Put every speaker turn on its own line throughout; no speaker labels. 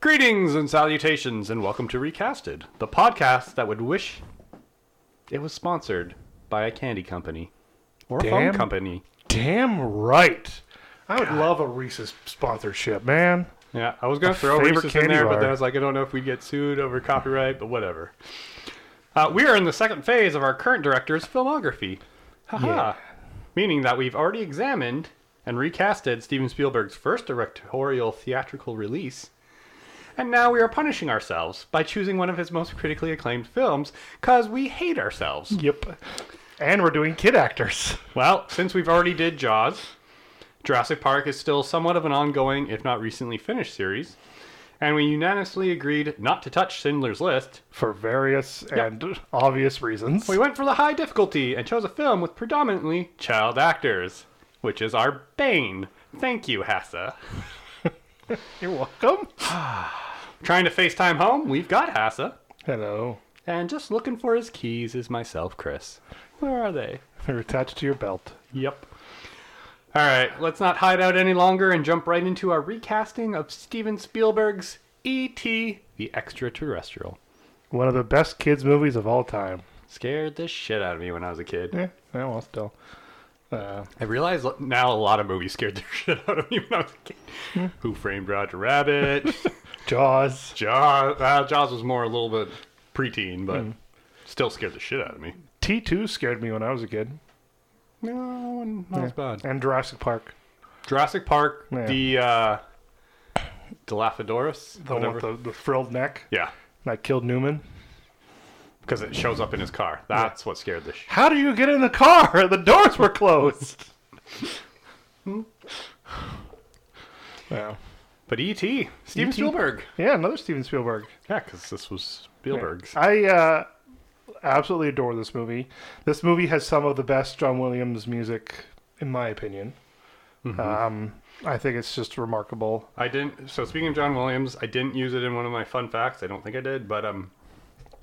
Greetings and salutations, and welcome to Recasted, the podcast that would wish it was sponsored by a candy company or a phone
Damn.
company.
Damn right. I would love a Reese's sponsorship, man.
Yeah, I was gonna throw
favorite
Reese's in
candy
there, but
bar.
then I was like, I don't know if we'd get sued over copyright, but whatever. Uh, we are in the second phase of our current director's filmography, haha,
Yeah.
meaning that we've already examined and recasted Steven Spielberg's first directorial theatrical release, and now we are punishing ourselves by choosing one of his most critically acclaimed films because we hate ourselves.
Yep. And we're doing kid actors.
Well, since we've already did Jaws, Jurassic Park is still somewhat of an ongoing, if not recently finished, series, and we unanimously agreed not to touch Schindler's List.
For various and obvious reasons.
We went for the high difficulty and chose a film with predominantly child actors, which is our bane. Thank you, Hassa.
You're welcome.
Trying to FaceTime home, we've got Hassa.
Hello.
And just looking for his keys is myself, Chris. Where are they?
They're attached to your belt.
Yep. All right, let's not hide out any longer and jump right into our recasting of Steven Spielberg's E.T. the Extraterrestrial.
One of the best kids' movies of all time.
Scared the shit out of me when I was a kid.
Yeah, yeah, well, still. Uh,
I realize lo- now a lot of movies scared the shit out of me when I was a kid. Who Framed Roger Rabbit?
Jaws.
Jaws. Uh, Jaws was more a little bit preteen, but
Hmm.
still scared the shit out of me.
T2 scared me when I was a kid.
No, not as bad.
And Jurassic Park.
Jurassic Park,
Yeah.
the uh, Dilophosaurus.
The one with the, the frilled neck
Yeah.
that killed Newman.
because it shows up in his car. That's what scared the sh-
How do you get in the car? The doors were closed. wow.
But E.T. Steven
E.T..
Spielberg.
Yeah, another Steven Spielberg.
Yeah, because this was Spielberg's.
I uh, absolutely adore this movie. This movie has some of the best John Williams music, in my opinion. Um, I think it's just remarkable.
I didn't. So speaking of John Williams, I didn't use it in one of my fun facts. I don't think I did, but um,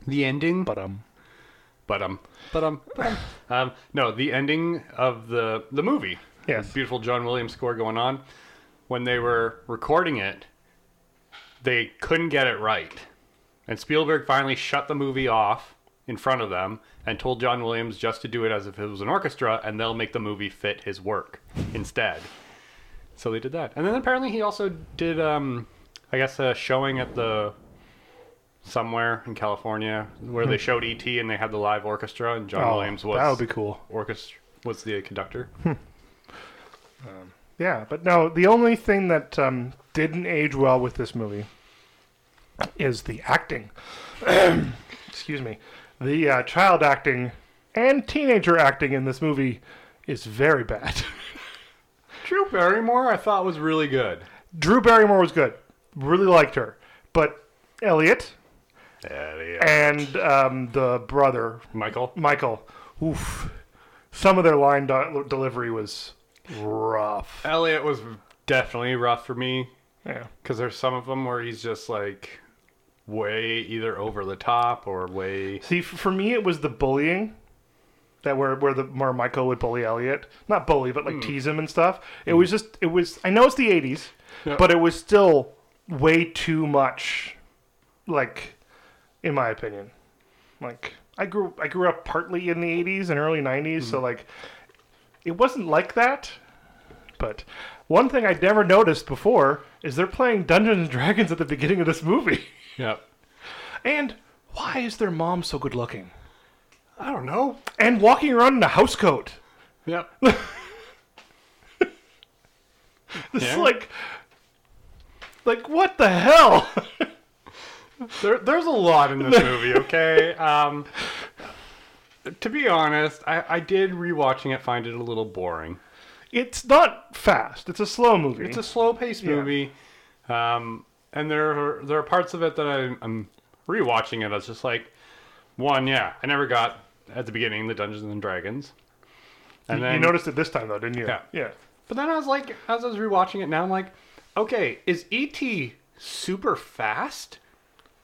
the ending.
But um,
But um, but um, but um, um, no, the ending of the the movie.
Yes.
beautiful John Williams score going on. When they were recording it, they couldn't get it right, and Spielberg finally shut the movie off in front of them and told John Williams just to do it as if it was an orchestra, and they'll make the movie fit his work instead. So they did that, and then apparently he also did, um, I guess, a showing at the somewhere in California where they showed ET and they had the live orchestra, and John
Hmm. oh,
Williams was
that would be cool. Hmm.
orchestra was the conductor.
Yeah, but no, the only thing that um, didn't age well with this movie is the acting. Excuse me. The uh, child acting and teenager acting in this movie is very bad.
Drew Barrymore, I thought was really good.
Drew Barrymore was good. Really liked her. But Elliot and um, the brother,
Michael,
Michael, oof. Some of their line do- delivery was rough.
Elliot was definitely rough for me
Yeah.
because there's some of them where he's just like way either over the top or way.
See, f- for me, it was the bullying that where where the where Michael would bully Elliot, not bully, but like tease him and stuff. It was just it was. I know it's the '80s,
Yeah.
but it was still way too much. Like, in my opinion, like I grew I grew up partly in the '80s and early '90s, so like it wasn't like that. But one thing I'd never noticed before is they're playing Dungeons and Dragons at the beginning of this movie.
Yep.
And why is their mom so good looking?
I don't know.
and walking around in a housecoat.
Yep.
This
Yeah.
is like, like what the hell?
There, there's a lot in this movie, okay? Um, to be honest, I, I did rewatching it find it a little boring.
it's not fast. It's a slow movie.
It's a slow-paced movie, um, and there are, there are parts of it that I, I'm rewatching it. I was just like, one, yeah, I never got at the beginning the Dungeons and Dragons, and
you
then
noticed it this time though, didn't you?
Yeah.
Yeah.
But then I was like, as I was rewatching it now, I'm like, okay, is ET super fast?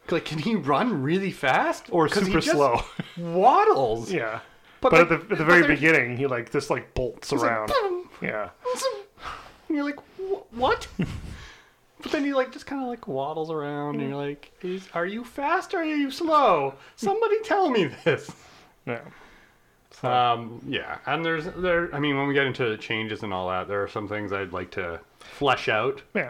Like, can he run really fast or 'cause he
Super
just
slow.
Waddles.
yeah.
But
But,
like-
at the, at the
but
very
there-
beginning, he like just like bolts
He's like,
around.
"Boom."
yeah.
And you're like, "Wh- what? But then he like just kind of like waddles around, and you're
Mm.
like, Is, "Are you fast or are you slow? Somebody tell me this."
No.
Um, yeah, and there's there. I mean, when we get into the changes and all that, there are some things I'd like to flesh out.
Yeah.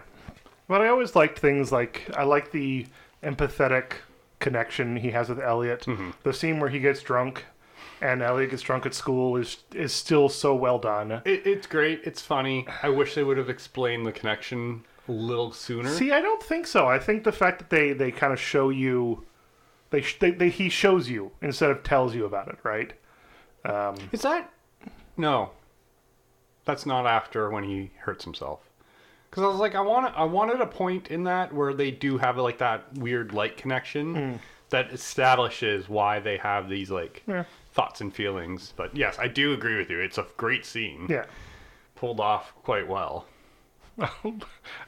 But I always liked things like I like the empathetic connection he has with Elliot.
Mm-hmm.
The scene where he gets drunk and Elliot gets drunk at school is is still so well done.
It, it's great. It's funny. I wish they would have explained the connection a little sooner.
See, I don't think so. I think the fact that they they kind of show you they, sh- they, they he shows you instead of tells you about it, right? Um,
Is that no? That's not after when he hurts himself. Because I was like, I want I wanted a point in that where they do have like that weird light connection
Hmm.
that establishes why they have these like
Yeah.
thoughts and feelings. But yes, I do agree with you. It's a great scene,
yeah.
pulled off quite well.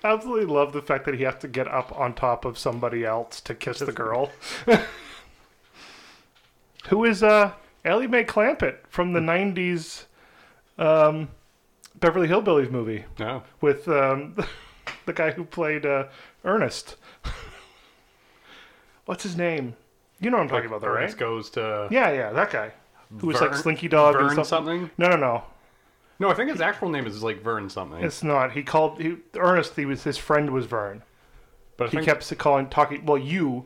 Absolutely love the fact that he has to get up on top of somebody else to kiss the girl. Who is uh Ellie Mae Clampett from the nineties um Beverly Hillbillies movie
No,
with um the guy who played uh Ernest. What's his name? You know what I'm talking about though, right?
Ernest goes to
Yeah, yeah, that guy. Who was like
Vern-
Slinky Dog
Vern
or something.
something?
No no no.
No, I think his actual name is like Vern something.
It's not. He called he, Ernest he was his friend was Vern.
but I
he
think-
kept calling talking well you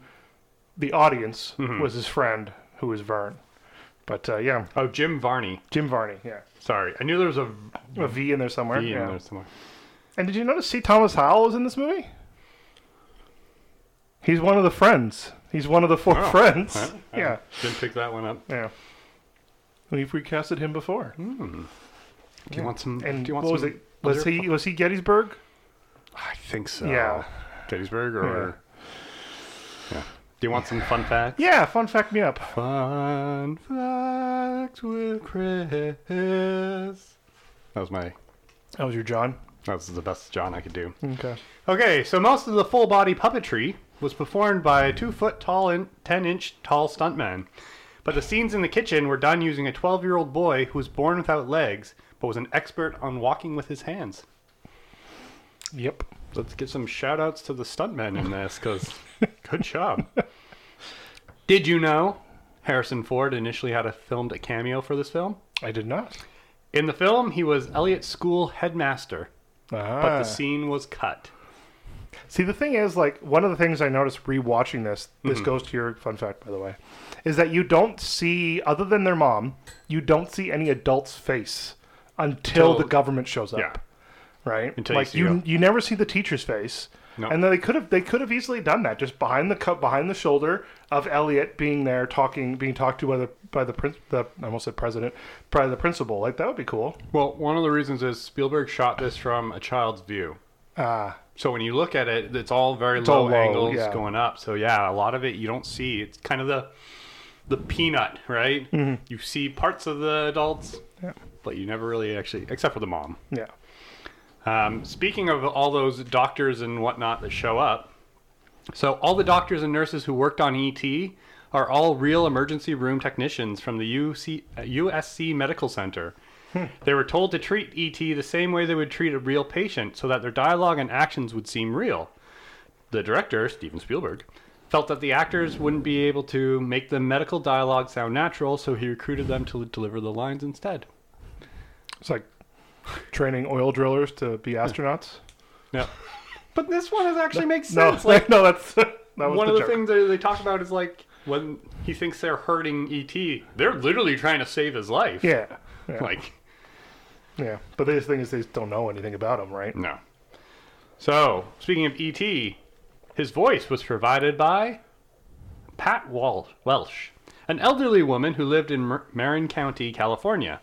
the audience
Mm-hmm.
was his friend who was vern but uh, yeah
oh Jim Varney.
jim varney yeah
Sorry, I knew there was a V
a v in there somewhere
in
yeah.
there somewhere.
and did you notice see thomas howell was in this movie he's one of the friends he's one of the four
Oh,
friends
Huh? I
yeah
didn't pick that one up.
yeah we've recasted him before
Do you want some?
and
Hmm. do you want
what was
some
it was
other-
he was he gettysburg
I think so.
Yeah.
Gettysburg or. Yeah. Do you want some fun facts?
yeah fun fact me up
Fun facts with Chris. That was my.
that was your john
That was the best John I could do.
okay
Okay, so most of the full body puppetry was performed by a two foot tall and 10 inch tall stuntman. But the scenes in the kitchen were done using a 12 year old boy who was born without legs but was an expert on walking with his hands.
yep
Let's give some shout outs to the stuntmen in this because good job. Did you know Harrison Ford initially had a filmed a cameo for this film?
i did not
In the film, he was Elliot's school headmaster,
ah.
but the scene was cut.
See, the thing is, like, one of the things I noticed rewatching this, this goes to your fun fact, by the way, is that you don't see, other than their mom, you don't see any adult's face until
Till-
the government shows up.
yeah.
Right?
Until you
like
see
you,
them.
you, never see the teacher's face.
No.
And then they could have they could have easily done that just behind the cu- behind the shoulder of Elliot being there talking being talked to by the by the prin- the I almost said president by the principal like that would be cool
Well, one of the reasons is Spielberg shot this from a child's view.
ah
So when you look at it, it's all very
all
low,
low,
angles
yeah.
going up. So yeah, a lot of it you don't see. It's kind of the the peanut, right? You see parts of the adults,
Mm-hmm. Yeah.
but you never really actually, except for the mom.
yeah
Um, speaking of all those doctors and whatnot that show up, so all the doctors and nurses who worked on ET are all real emergency room technicians from the UC, uh, USC Medical Center. They were told to treat ET the same way they would treat a real patient so that their dialogue and actions would seem real. The director, Steven Spielberg, felt that the actors wouldn't be able to make the medical dialogue sound natural, so he recruited them to deliver the lines instead.
it's like training oil drillers to be astronauts.
Yeah. But this one is actually makes
No,
sense. Like,
no, that's that was
one
the
of the
joke.
things that they talk about is like when he thinks they're hurting ET, they're literally trying to save his life.
Yeah, yeah,
Like,
yeah. But the thing is, they just don't know anything about him, right?
no. So, speaking of ET, his voice was provided by Pat Wal- Welsh, an elderly woman who lived in Mar- Marin County, California.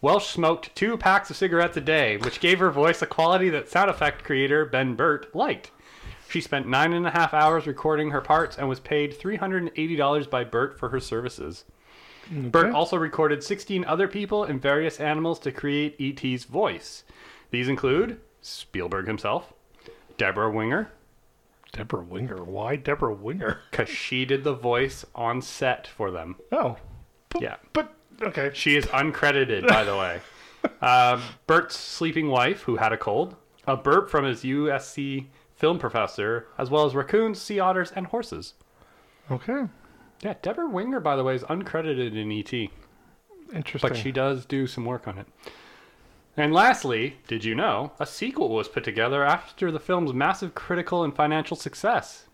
Welsh smoked two packs of cigarettes a day, which gave her voice a quality that sound effect creator Ben Burt liked. She spent nine and a half hours recording her parts and was paid $380 by Burt for her services. Burt also recorded 16 other people and various animals to create E.T.'s voice. These include Spielberg himself, Deborah Winger,
Deborah Winger. Why Deborah Winger?
because she did the voice on set for them.
Oh, but,
Yeah.
But okay,
She is uncredited, by the way. Um Bert's sleeping wife, who had a cold, a burp from his USC film professor, as well as raccoons, sea otters, and horses.
Okay.
Yeah, Deborah Winger, by the way, is uncredited in E ET,
Interesting.
but she does do some work on it. And lastly, did you know a sequel was put together after the film's massive critical and financial success?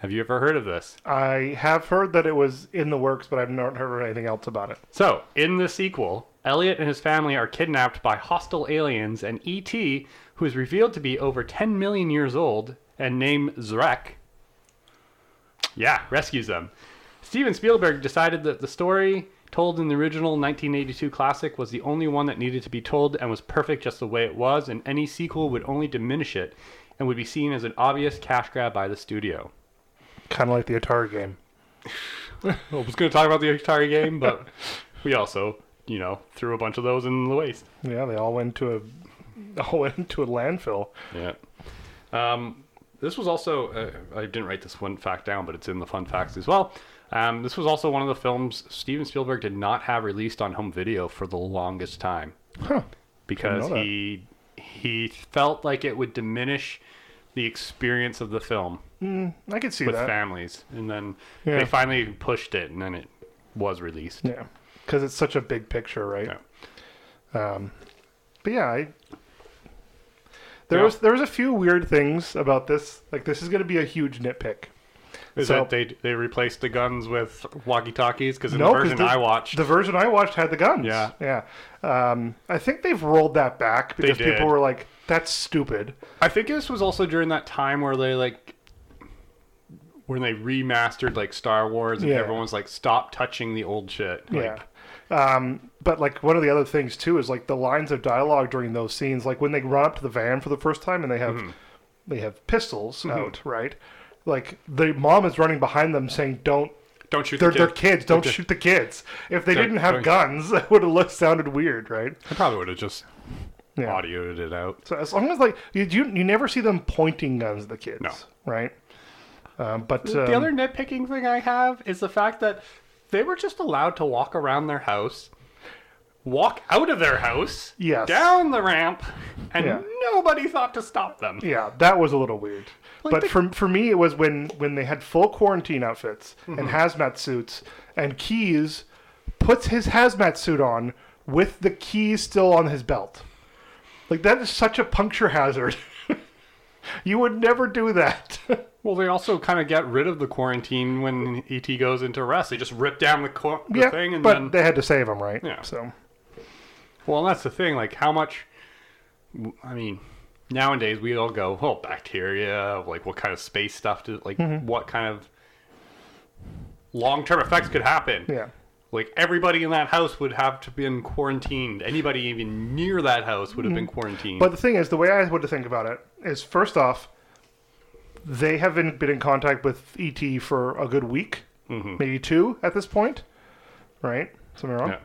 Have you ever heard of this?
I have heard that it was in the works, but I've not heard anything else about it.
So, in the sequel, Elliot and his family are kidnapped by hostile aliens, and E.T., who is revealed to be over 10 million years old and named Zrek, yeah, rescues them. Steven Spielberg decided that the story told in the original 1982 classic was the only one that needed to be told and was perfect just the way it was, and any sequel would only diminish it and would be seen as an obvious cash grab by the studio.
Kind of like the Atari game.
Well, I was going to talk about the entire game, but we also, you know, threw a bunch of those in the waste.
Yeah, they all went to a all went into a landfill.
Yeah. Um, this was also, uh, I didn't write this one fact down, but it's in the fun facts as well. Um, this was also one of the films Steven Spielberg did not have released on home video for the longest time
Huh.
because
know that.
he he felt like it would diminish the experience of the film
I could see
with
that.
families. And then
Yeah.
they finally pushed it and then it was released.
Yeah, because it's such a big picture, right? Um, but yeah, I, there
Yeah.
was there was a few weird things about this. Like this is going to be a huge nitpick.
Is
So-
that they they replaced the guns with walkie talkies? Because in
No,
the
'cause
version
the-
I watched,
The version I watched had the guns.
Yeah.
yeah. Um, I think they've rolled that back because
did.
people were like, "That's stupid."
I think this was also during that time where they like when they remastered like Star Wars and
Yeah.
everyone's like, stop touching the old shit. Like,
yeah. Um, but like one of the other things too is like the lines of dialogue during those scenes, like when they run up to the van for the first time and they have
Mm-hmm.
they have pistols out, right? Like the mom is running behind them saying, "Don't."
Don't shoot
They're,
the
they're
kid.
kids. Don't shoot the kids. If they
Don't-
didn't have
don't-
guns, that would have looked sounded weird, right?
I probably would have just
Yeah.
audioed it out.
So as long as like you you, you never see them pointing guns at the kids,
No.
right? Um, but
the
um,
other nitpicking thing I have is the fact that they were just allowed to walk around their house, walk out of their house,
Yes.
down the ramp, and
Yeah.
nobody thought to stop them.
Yeah, that was a little weird.
Like
but
the-
for for me, it was when when they had full quarantine outfits and hazmat suits, and Keys puts his hazmat suit on with the keys still on his belt. Like that is such a puncture hazard. you would never do that.
Well, they also kind of get rid of the quarantine when ET goes into rest. They just rip down the, cor- the
yeah,
thing and
but
then.
they had to save him, right?
Yeah.
So
Well, and that's the thing. Like, how much? w- I mean, nowadays we all go, "Oh, bacteria." Like, what kind of space stuff? Do, like,
Mm-hmm.
what kind of long-term effects could happen?
yeah,
Like, everybody in that house would have to been quarantined. Anybody even near that house would have been quarantined.
Mm-hmm. but the thing is, the way I would think about it is, first off, they have been been in contact with ET for a good week.
hmm
maybe two at this point, right? Something wrong.
yeah.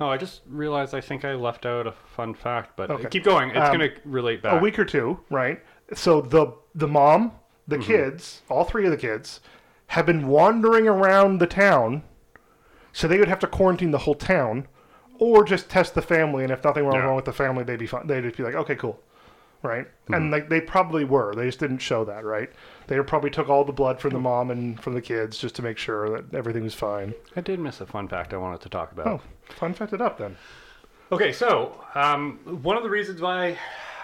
Oh, I just realized. I think I left out a fun fact. But
Okay.
keep going. It's
Um,
gonna relate
A
back.
week or two, right? So the the mom, the kids, all three of the kids, have been wandering around the town, so they would have to quarantine the whole town, or just test the family, and if nothing were
Yeah.
wrong with the family, they'd be fine. They'd just be like, okay, cool, right? And like they probably were. They just didn't show that, right? They probably took all the blood from the mom and from the kids just to make sure that everything was fine.
I did miss a fun fact I wanted to talk about.
Oh, fun fact it up then.
Okay, so um, one of the reasons why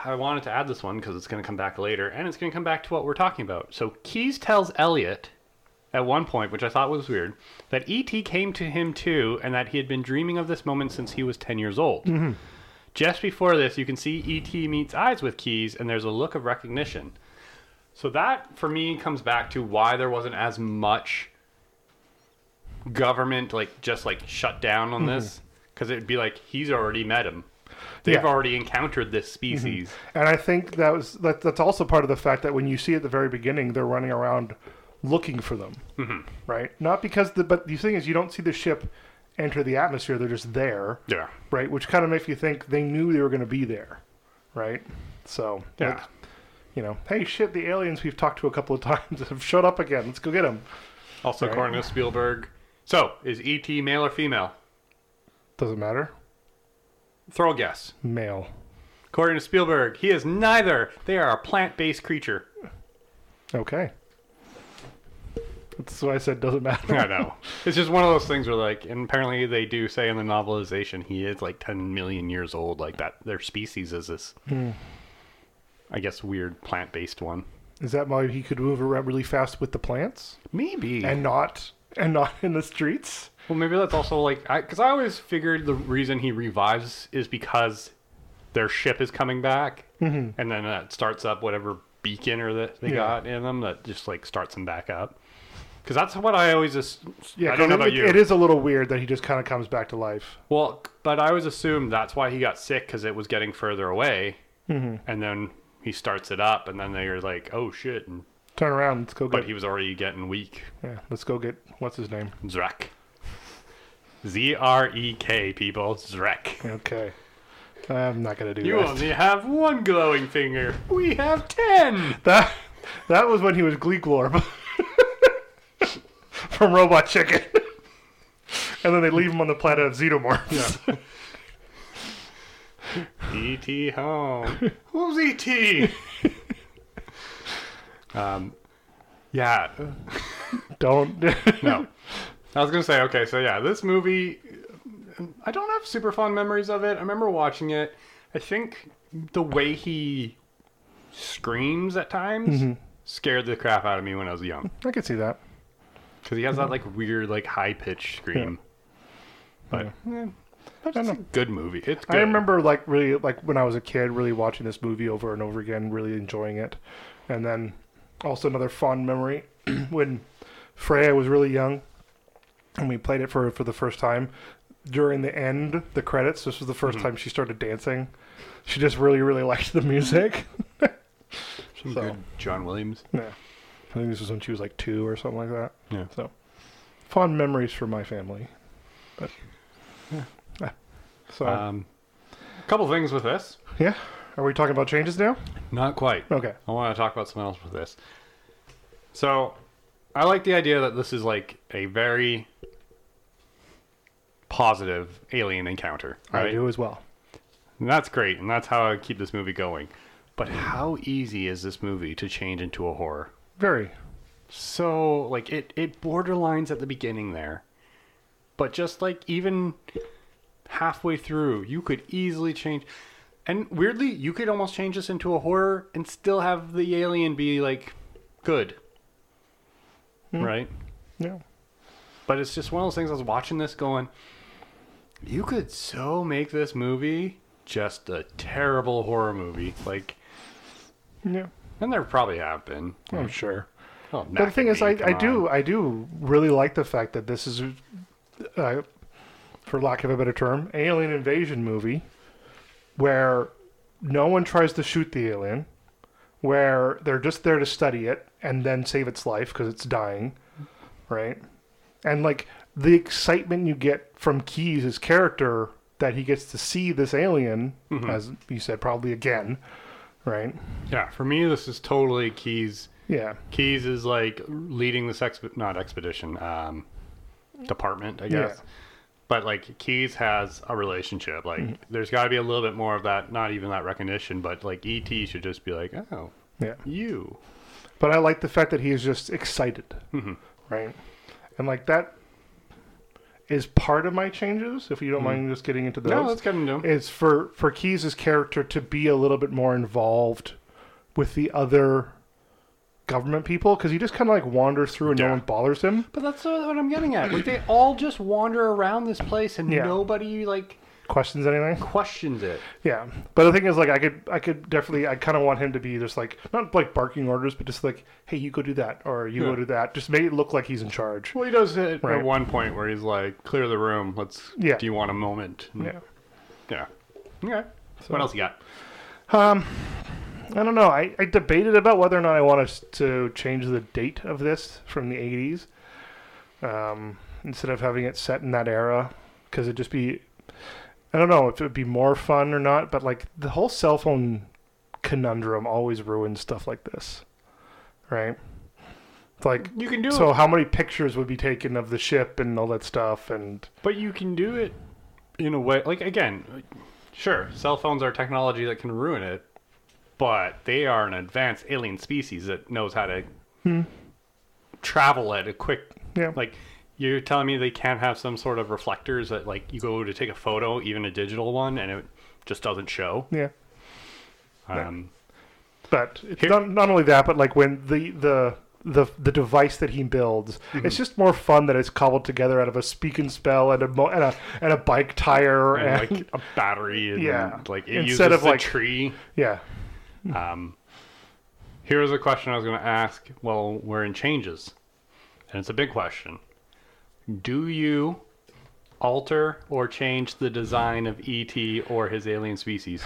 I wanted to add this one because it's going to come back later, and it's going to come back to what we're talking about. So Keys tells Elliot at one point, which I thought was weird, that ET came to him too, and that he had been dreaming of this moment since he was ten years old. Just before this, you can see ET meets eyes with Keys, and there's a look of recognition. So that, for me, comes back to why there wasn't as much government, like just like shut down on this, because it'd be like he's already met him. They've
Mm-hmm. Yeah. Mm-hmm.
already encountered this species.
And I think that was that, that's also part of the fact that when you see at the very beginning, they're running around looking for them, right? Not because the but the thing is, you don't see the ship enter the atmosphere; they're just there,
Yeah.
right? Which kind of makes you think they knew they were going to be there, right? So
Yeah.
like, you know, hey, shit, the aliens we've talked to a couple of times have showed up again. Let's go get them.
Also,
Right.
according to Spielberg, so is ET male or female?
Doesn't matter.
Throw a guess.
Male.
According to Spielberg, he is neither. They are a plant-based creature.
Okay. That's why I said doesn't matter.
I know. It's just one of those things where, like, and apparently they do say in the novelization he is like 10 million years old. Like that, their species is this,
Hmm.
I guess, weird plant-based one.
Is that why he could move around really fast with the plants
Maybe.
and not and not in the streets?
well, maybe that's also like, I because I always figured the reason he revives is because their ship is coming back, and then that starts up whatever beacon or that they
Mm-hmm. Yeah.
got in them that just like starts them back up. Because that's what I always just.
Yeah,
I don't know
'cause
about
it,
you.
It is a little weird that he just kind of comes back to life.
Well, but I always assumed that's why he got sick because it was getting further away,
Mm-hmm.
and then he starts it up, and then they're like, "Oh shit!" And,
Turn around, let's go
but
get.
he was already getting weak.
yeah, let's go get what's his name.
Zrek, Z R E K, people, Zrek.
Okay, I'm not gonna do
You
that.
only have one glowing finger. We have ten.
That that was when he was Gleek Glorb from Robot Chicken. and then they leave him on the planet of Xenomorphs.
E.T. E home. Who's E E.T.? um, yeah.
Don't.
no. I was gonna say, okay, so yeah, this movie, I don't have super fond memories of it. I remember watching it. I think the way he screams at times scared the crap out of me when I was young
I can see that.
because he has that like weird, like high pitched scream. But, eh, but it's a good movie. It's good.
I remember like really like when I was a kid, really watching this movie over and over again, really enjoying it. And then also another fond memory when Freya was really young, and we played it for for the first time during the end, the credits. This was the 1st time she started dancing. She just really really liked the music.
Some
so-
good John Williams.
Yeah. I think this was when she was like two or something like that.
Yeah.
So, fond memories for my family. But, yeah. Uh, So,
Um, a couple things with this.
yeah. Are we talking about changes now?
Not quite.
Okay.
I want to talk about something else with this. So, I like the idea that this is like a very positive alien encounter,
I
right?
do as well.
And that's great, and that's how I keep this movie going. But how easy is this movie to change into a horror?
Very.
So, like it it borderlines at the beginning there. But just like even halfway through, you could easily change and weirdly, you could almost change this into a horror and still have the alien be like good.
Hmm.
Right?
Yeah.
But it's just one of those things I was watching this going, you could so make this movie just a terrible horror movie. Like
Yeah.
and there probably have been.
I'm sure.
Oh,
Hmm. But the thing is, I,
Maccabee,
I
come on.
do I do really like the fact that this is, uh, for lack of a better term, alien invasion movie, where no one tries to shoot the alien, where they're just there to study it and then save its life because it's dying, right? And like the excitement you get from Keys, his character, that he gets to see this alien, as you said, probably again, right?
Yeah, for me this is totally Keys
Yeah.
Keys is like leading this exp not expedition um, department, I guess.
Yeah.
But like Keys has a relationship. Like
Mm-hmm.
there's got to be a little bit more of that. Not even that recognition, but like ET should just be like, oh,
Yeah.
you.
But I like the fact that he is just excited,
Mm-hmm.
right? And like that is part of my changes. If you don't mind just getting into those,
Mm-hmm. No, let's get into him.
is for for Keys's character to be a little bit more involved with the other government people because he just kind of like wanders through and
Yeah.
no one bothers him.
But that's sort of what I'm getting at. Like they all just wander around this place and
Yeah.
nobody like
Questions anything?
questions it.
Yeah, but the thing is, like, I could, I could definitely, I kind of want him to be just like not like barking orders, but just like, hey, you go do that, or you
Yeah.
go do that. Just make it look like he's in charge.
Well, he does it
Right.
at one point where he's like, "Clear the room. Let's.
Yeah.
Do you want a moment?"
Yeah.
Yeah. Okay. what else you got?
I don't know. I, I debated about whether or not I want us to change the date of this from the 80s um, instead of having it set in that era because it'd just be. I don't know if it would be more fun or not, but like the whole cell phone conundrum always ruins stuff like this, right? It's like,
You can do it.
so how many pictures would be taken of the ship and all that stuff? And
But you can do it in a way, like again, Sure, cell phones are technology that can ruin it, but they are an advanced alien species that knows how to
Hmm.
travel at a quick.
Yeah.
Like, you're telling me they can't have some sort of reflectors that, like, you go to take a photo, even a digital one, and it just doesn't show.
Yeah.
Um,
But it's
Here-
not, not only that, but like when the the the, the device that he builds,
Mm-hmm.
it's just more fun that it's cobbled together out of a speak and spell and a mo- and a and a bike tire
and,
and,
like a battery, and
Yeah.
like it
Instead
uses
of,
the
like-
tree.
yeah,
Um, here was a question I was going to ask. Well, we're in changes, and it's a big question. Do you alter or change the design of ET or his alien species?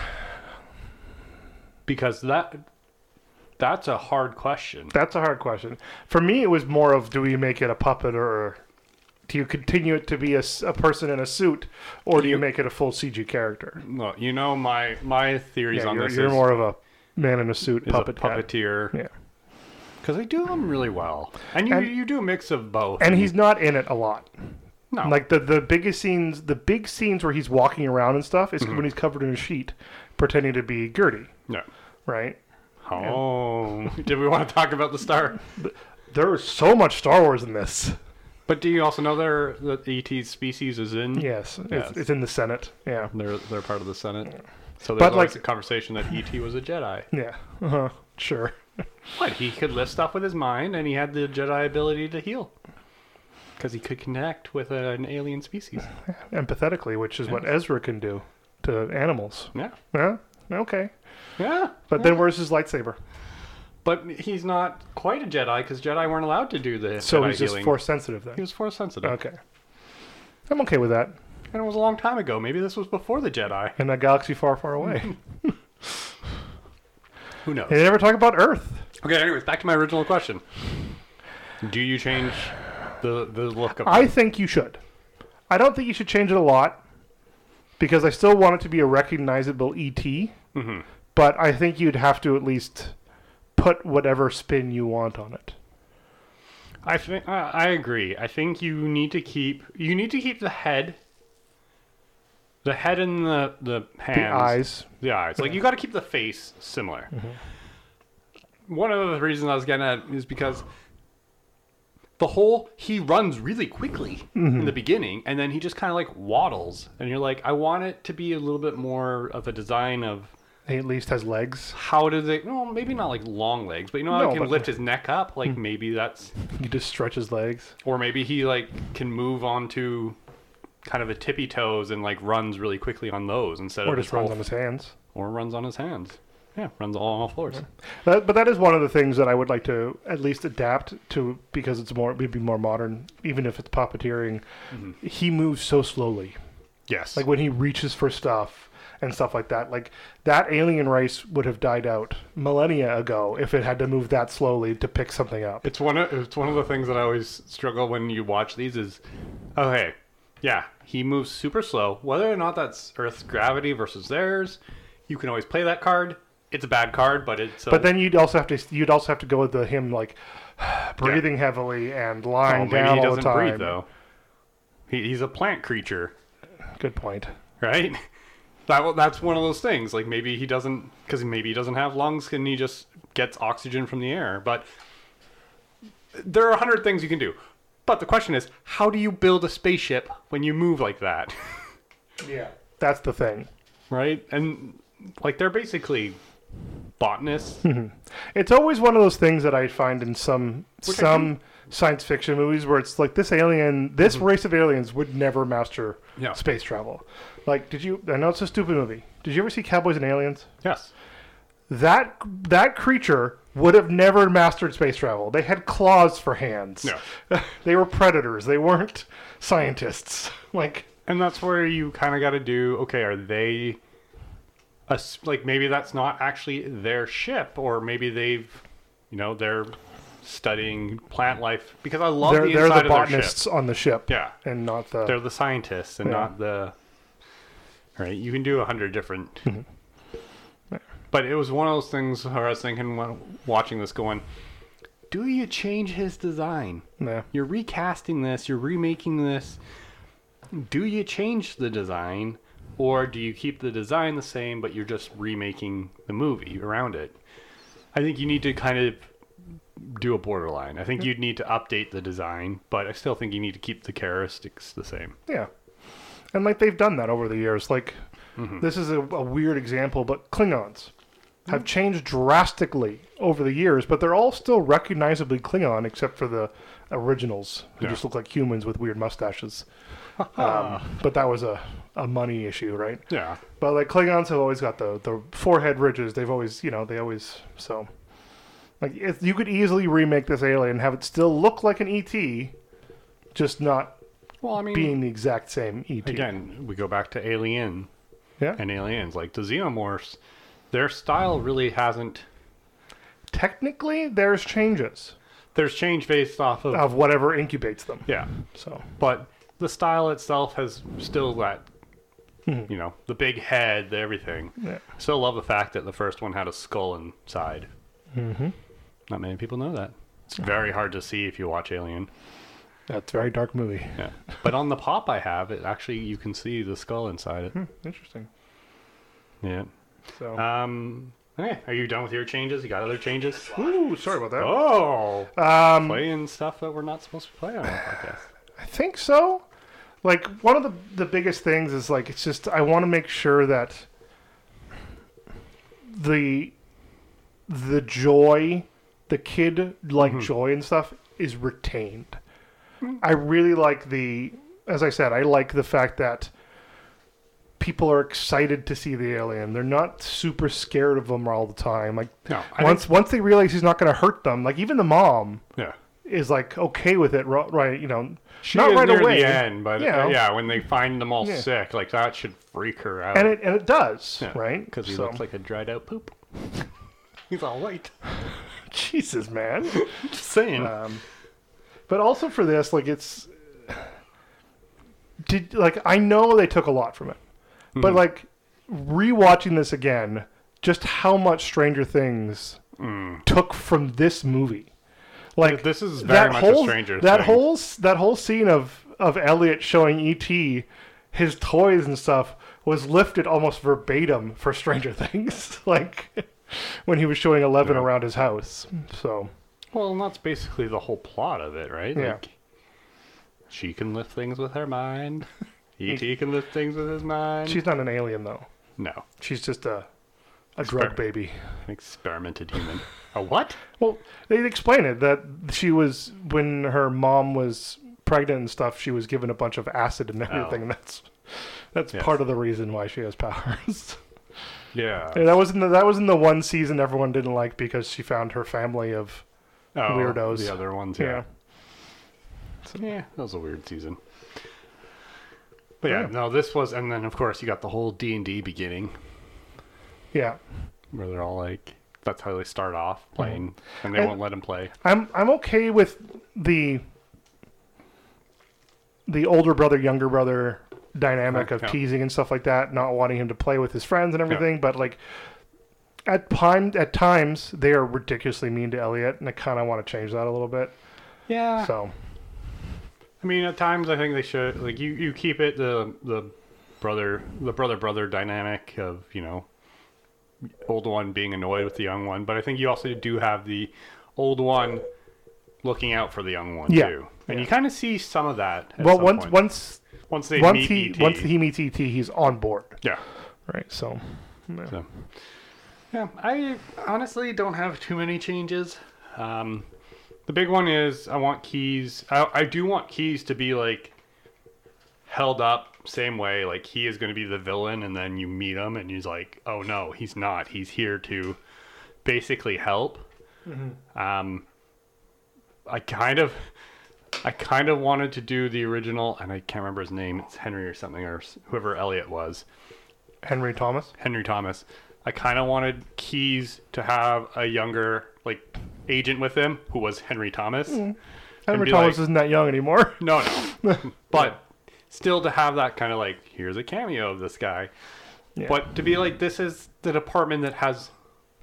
Because that that's a hard question.
that's a hard question. For me, it was more of do we make it a puppet or do you continue it to be a, s- a person in a suit or do you,
You-
make it a full CG character?
Well, you know my my theories
Yeah,
on
you're,
this
you're
is,
more of a man in a suit
is
puppet
a
guy.
puppeteer
Yeah,
because they do them really well, and you
And-
you do a mix of both.
and he's not in it a lot.
no,
Like the the biggest scenes, the big scenes where he's walking around and stuff is when he's covered in a sheet, pretending to be Gertie,
no.
right?
Oh, did we want to talk about the star?
There is so much Star Wars in this.
But do you also know there that ET species is in?
Yes,
Yes.
It's, it's in the Senate. Yeah,
They're they're part of the Senate. So there's
But,
always
like-
a conversation that ET was a Jedi.
yeah, uh-huh. sure.
What he could lift stuff with his mind, and he had the Jedi ability to heal because he could connect with an alien species.
Empathetically, which is what Ezra can do to animals.
Yeah,
Yeah, okay.
yeah.
But then where's his lightsaber?
But he's not quite a Jedi because Jedi weren't allowed to do the
So
Jedi
he's just
healing.
force sensitive
He
then.
was force sensitive,
Okay, I'm okay with that.
and it was a long time ago. Maybe this was before the Jedi.
In a galaxy far, far away.
Who knows?
they never talk about Earth.
Okay. Anyways, back to my original question. Do you change the the look of?
I think you should. I don't think you should change it a lot because I still want it to be a recognizable ET. But I think you'd have to at least put whatever spin you want on it.
I think I I agree. I think you need to keep you need to keep the head, the head and the the hands,
The eyes.
the eyes. Like you got to keep the face similar.
Mm-hmm.
One of the reasons I was getting at is because the whole he runs really quickly
Mm-hmm.
in the beginning, and then he just kind of like waddles, and you're like, I want it to be a little bit more of a design of
He at least has legs.
how does it? Well, maybe not like long legs, but you know, how
No,
he can
but- Hmm.
lift his neck up. Like maybe that's
He just stretches legs.
or maybe he like can move onto kind of a tippy toes and like runs really quickly on those instead
Or
of
just
his
runs
whole-
on his hands.
or runs on his hands. Yeah, runs all on all floors.
That, but that is one of the things that I would like to at least adapt to because it's more it'd be more modern, even if it's puppeteering. He moves so slowly.
Yes,
like when he reaches for stuff and stuff like that like that alien race would have died out millennia ago if it had to move that slowly to pick something up
it's one of it's one of the things that I always struggle when you watch these is, oh hey, yeah, he moves super slow. Whether or not that's Earth's gravity versus theirs, you can always play that card. It's a bad card, but it's a,
but then you'd also have to you'd also have to go with the him like breathing heavily and lying
oh, maybe
down
he
all the
doesn't
time
breathe though. He, he's a plant creature.
good point
right? That that's one of those things. Like maybe he doesn't, because maybe he doesn't have lungs, and he just gets oxygen from the air. But there are a hundred things you can do. But the question is, how do you build a spaceship when you move like that,
yeah that's the thing
right? And like they're basically botanists.
it's always one of those things that i find in some
Which I
some science fiction movies where it's like this alien this race of aliens would never master
Mm-hmm. Yeah.
space travel like did you i know it's a stupid movie did you ever see cowboys and aliens
yes,
that that creature would have never mastered space travel. They had claws for hands. they were predators. They weren't scientists. Like
and that's where you kind of got to do. Okay, are they? A, s- like maybe that's not actually their ship, or maybe they've, you know, they're studying plant life because I love
they're
the
they're
inside
the
of their ship.
botanists on the ship.
Yeah.
and not the.
They're the scientists and
Yeah.
not the. Right, you can do a hundred different.
Mm-hmm.
but it was one of those things where I was thinking when watching this, going, "Do you change his design?
Nah.
You're recasting this. You're remaking this. Do you change the design, or do you keep the design the same but you're just remaking the movie around it? I think you need to kind of do a borderline. I think you'd need to update the design, but I still think you need to keep the characteristics the same.
Yeah. And like they've done that over the years. Like this is a, a weird example, but Klingons have changed drastically over the years, but they're all still recognizably Klingon except for the originals who
Yeah.
just look like humans with weird mustaches. um, but that was a, a money issue, right?
Yeah.
But like Klingons have always got the the forehead ridges. They've always, you know, they always so. Like if you could easily remake this alien and have it still look like an ET, just not
Well, I mean,
being the exact same E ET.
again, we go back to Alien
yeah.
and Aliens. Like the Xenomorphs, their style really hasn't.
Technically, there's changes
There's change based off of.
of whatever incubates them.
Yeah.
So
But the style itself has still that, you know, the big head, the everything.
yeah.
I still love the fact that the first one had a skull inside. Mm-hmm. Not many people know that. It's very hard to see if you watch Alien.
that's a very dark movie.
Yeah. but on the pop I have, it actually you can see the skull inside
Hmm.
it.
Interesting.
Yeah.
So
Um. Okay. Are you done with your changes? You got other changes?
ooh, sorry about that.
Oh,
Um,
playing stuff that we're not supposed to play on our podcast.
I think so. Like one of the the biggest things is like it's just I want to make sure that the the joy, the kid like
Mm-hmm.
joy and stuff is retained. I really like the as I said, I like the fact that people are excited to see the alien. They're not super scared of him all the time. Like
No, I
once once they realize he's not going to hurt them, like even the mom
yeah.
is like okay with it ri- right you know
She
not
is
right
near
away
the end, but uh,
you know.
yeah, when they find them all
Yeah.
sick, like that should freak her out.
and it and it does
Yeah,
right
Because he
So-
looks like a dried out poop. He's all white.
jesus man
Just saying.
um, but also for this like it's did like i know they took a lot from it
Hmm.
but like rewatching this again just how much stranger things took from this movie like
Hmm. this is very much a
whole-
Stranger
that
Thing.
whole s- that whole scene of of Elliot showing ET his toys and stuff was lifted almost verbatim for Stranger Things, like when he was showing Eleven
Yeah.
around his house. So
well, and that's basically the whole plot of it, right?
Yeah.
Like, she can lift things with her mind. E.T. can lift things with his mind.
she's not an alien though;
no.
she's just a a drug
Experiment.
baby.
An experimented human. a what?
Well, they explain it that she was when her mom was pregnant and stuff. She was given a bunch of acid and everything. And that's that's
Oh. Yes.
part of the reason why she has powers.
Yeah.
Yeah, that wasn't the, that wasn't the one season everyone didn't like because she found her family of
Oh,
weirdos.
The other ones,
yeah.
yeah. Yeah, that was a weird season. But yeah,
Yeah.
no, this was, and then of course you got the whole D and D beginning
yeah.
where they're all like, that's how they start off playing, and they
Uh-huh. And-
won't let him play.
I'm I'm okay with the the older brother younger brother dynamic of
Oh, Yeah.
teasing and stuff like that, not wanting him to play with his friends and everything, but like at time at times they are ridiculously mean to Elliot, and I kind of want to change that a little bit.
Yeah,
So
I mean, at times I think they should like you. You keep it the the brother the brother brother dynamic of you know old one being annoyed with the young one, but I think you also do have the old one looking out for the young one
Yeah.
too, and you kind of see some of that. At
well,
some
once
point.
once
once they
once
meet E
he
ET.
once he meets ET, he's on board,
yeah.
right? So. yeah.
So, yeah, I honestly don't have too many changes. Um, the big one is I want keys. I, I do want keys to be like held up same way. Like he is going to be the villain, and then you meet him, and he's like, "Oh no, he's not. He's here to basically help." Um, I kind of. I kind of wanted to do the original, and I can't remember his name. It's Henry or something, or s- whoever Elliot was.
Henry Thomas.
Henry Thomas. I kind of wanted Keys to have a younger like agent with him who was Henry Thomas.
Henry
be
Thomas
like-
isn't that young anymore.
No, no, but still to have that kind of like here's a cameo of this guy,
Yeah.
but to be like this is the department that has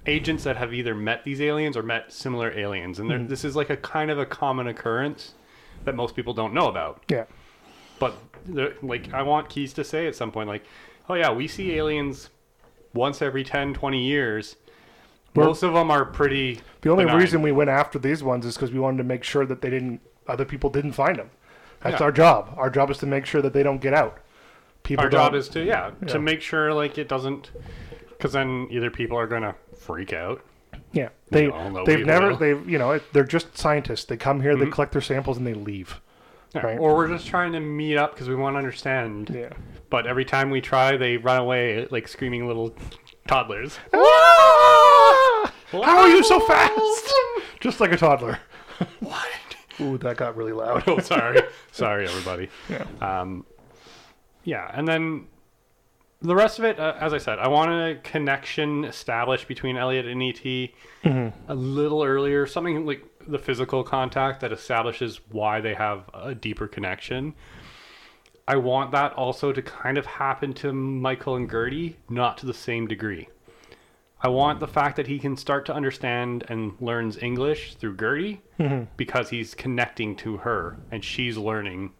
agents that have either met these aliens or met similar aliens, and they're this is like a kind of a common occurrence that most people don't know about.
Yeah.
But the- like, I want Keys to say at some point, like, oh yeah, we see aliens once every 10, 20 years.
We're-
Most of them are pretty.
The only
benign.
reason we went after these ones is because we wanted to make sure that they didn't, other people didn't find them. That's
Yeah.
our job. Our job is to make sure that they don't get out. People
our job
don't-
is to yeah,
Yeah.
to make sure like it doesn't, because then either people are gonna freak out.
yeah. They
all know
they've
we
never
will.
they've you know it- they're just scientists. They come here, they collect their samples, and they leave.
Yeah,
Right.
Or we're just trying to meet up because we want to understand.
Yeah.
But every time we try, they run away like screaming little toddlers.
How are you so fast? Just like a toddler.
What?
Ooh, that got really loud.
Oh, sorry, sorry, everybody.
Yeah.
Um, yeah, and then the rest of it, uh, as I said, I want a connection established between Elliot and E ET a little earlier, something like the physical contact that establishes why they have a deeper connection. I want that also to kind of happen to Michael and Gertie, not to the same degree. I want the fact that he can start to understand and learns English through Gertie because he's connecting to her and she's learning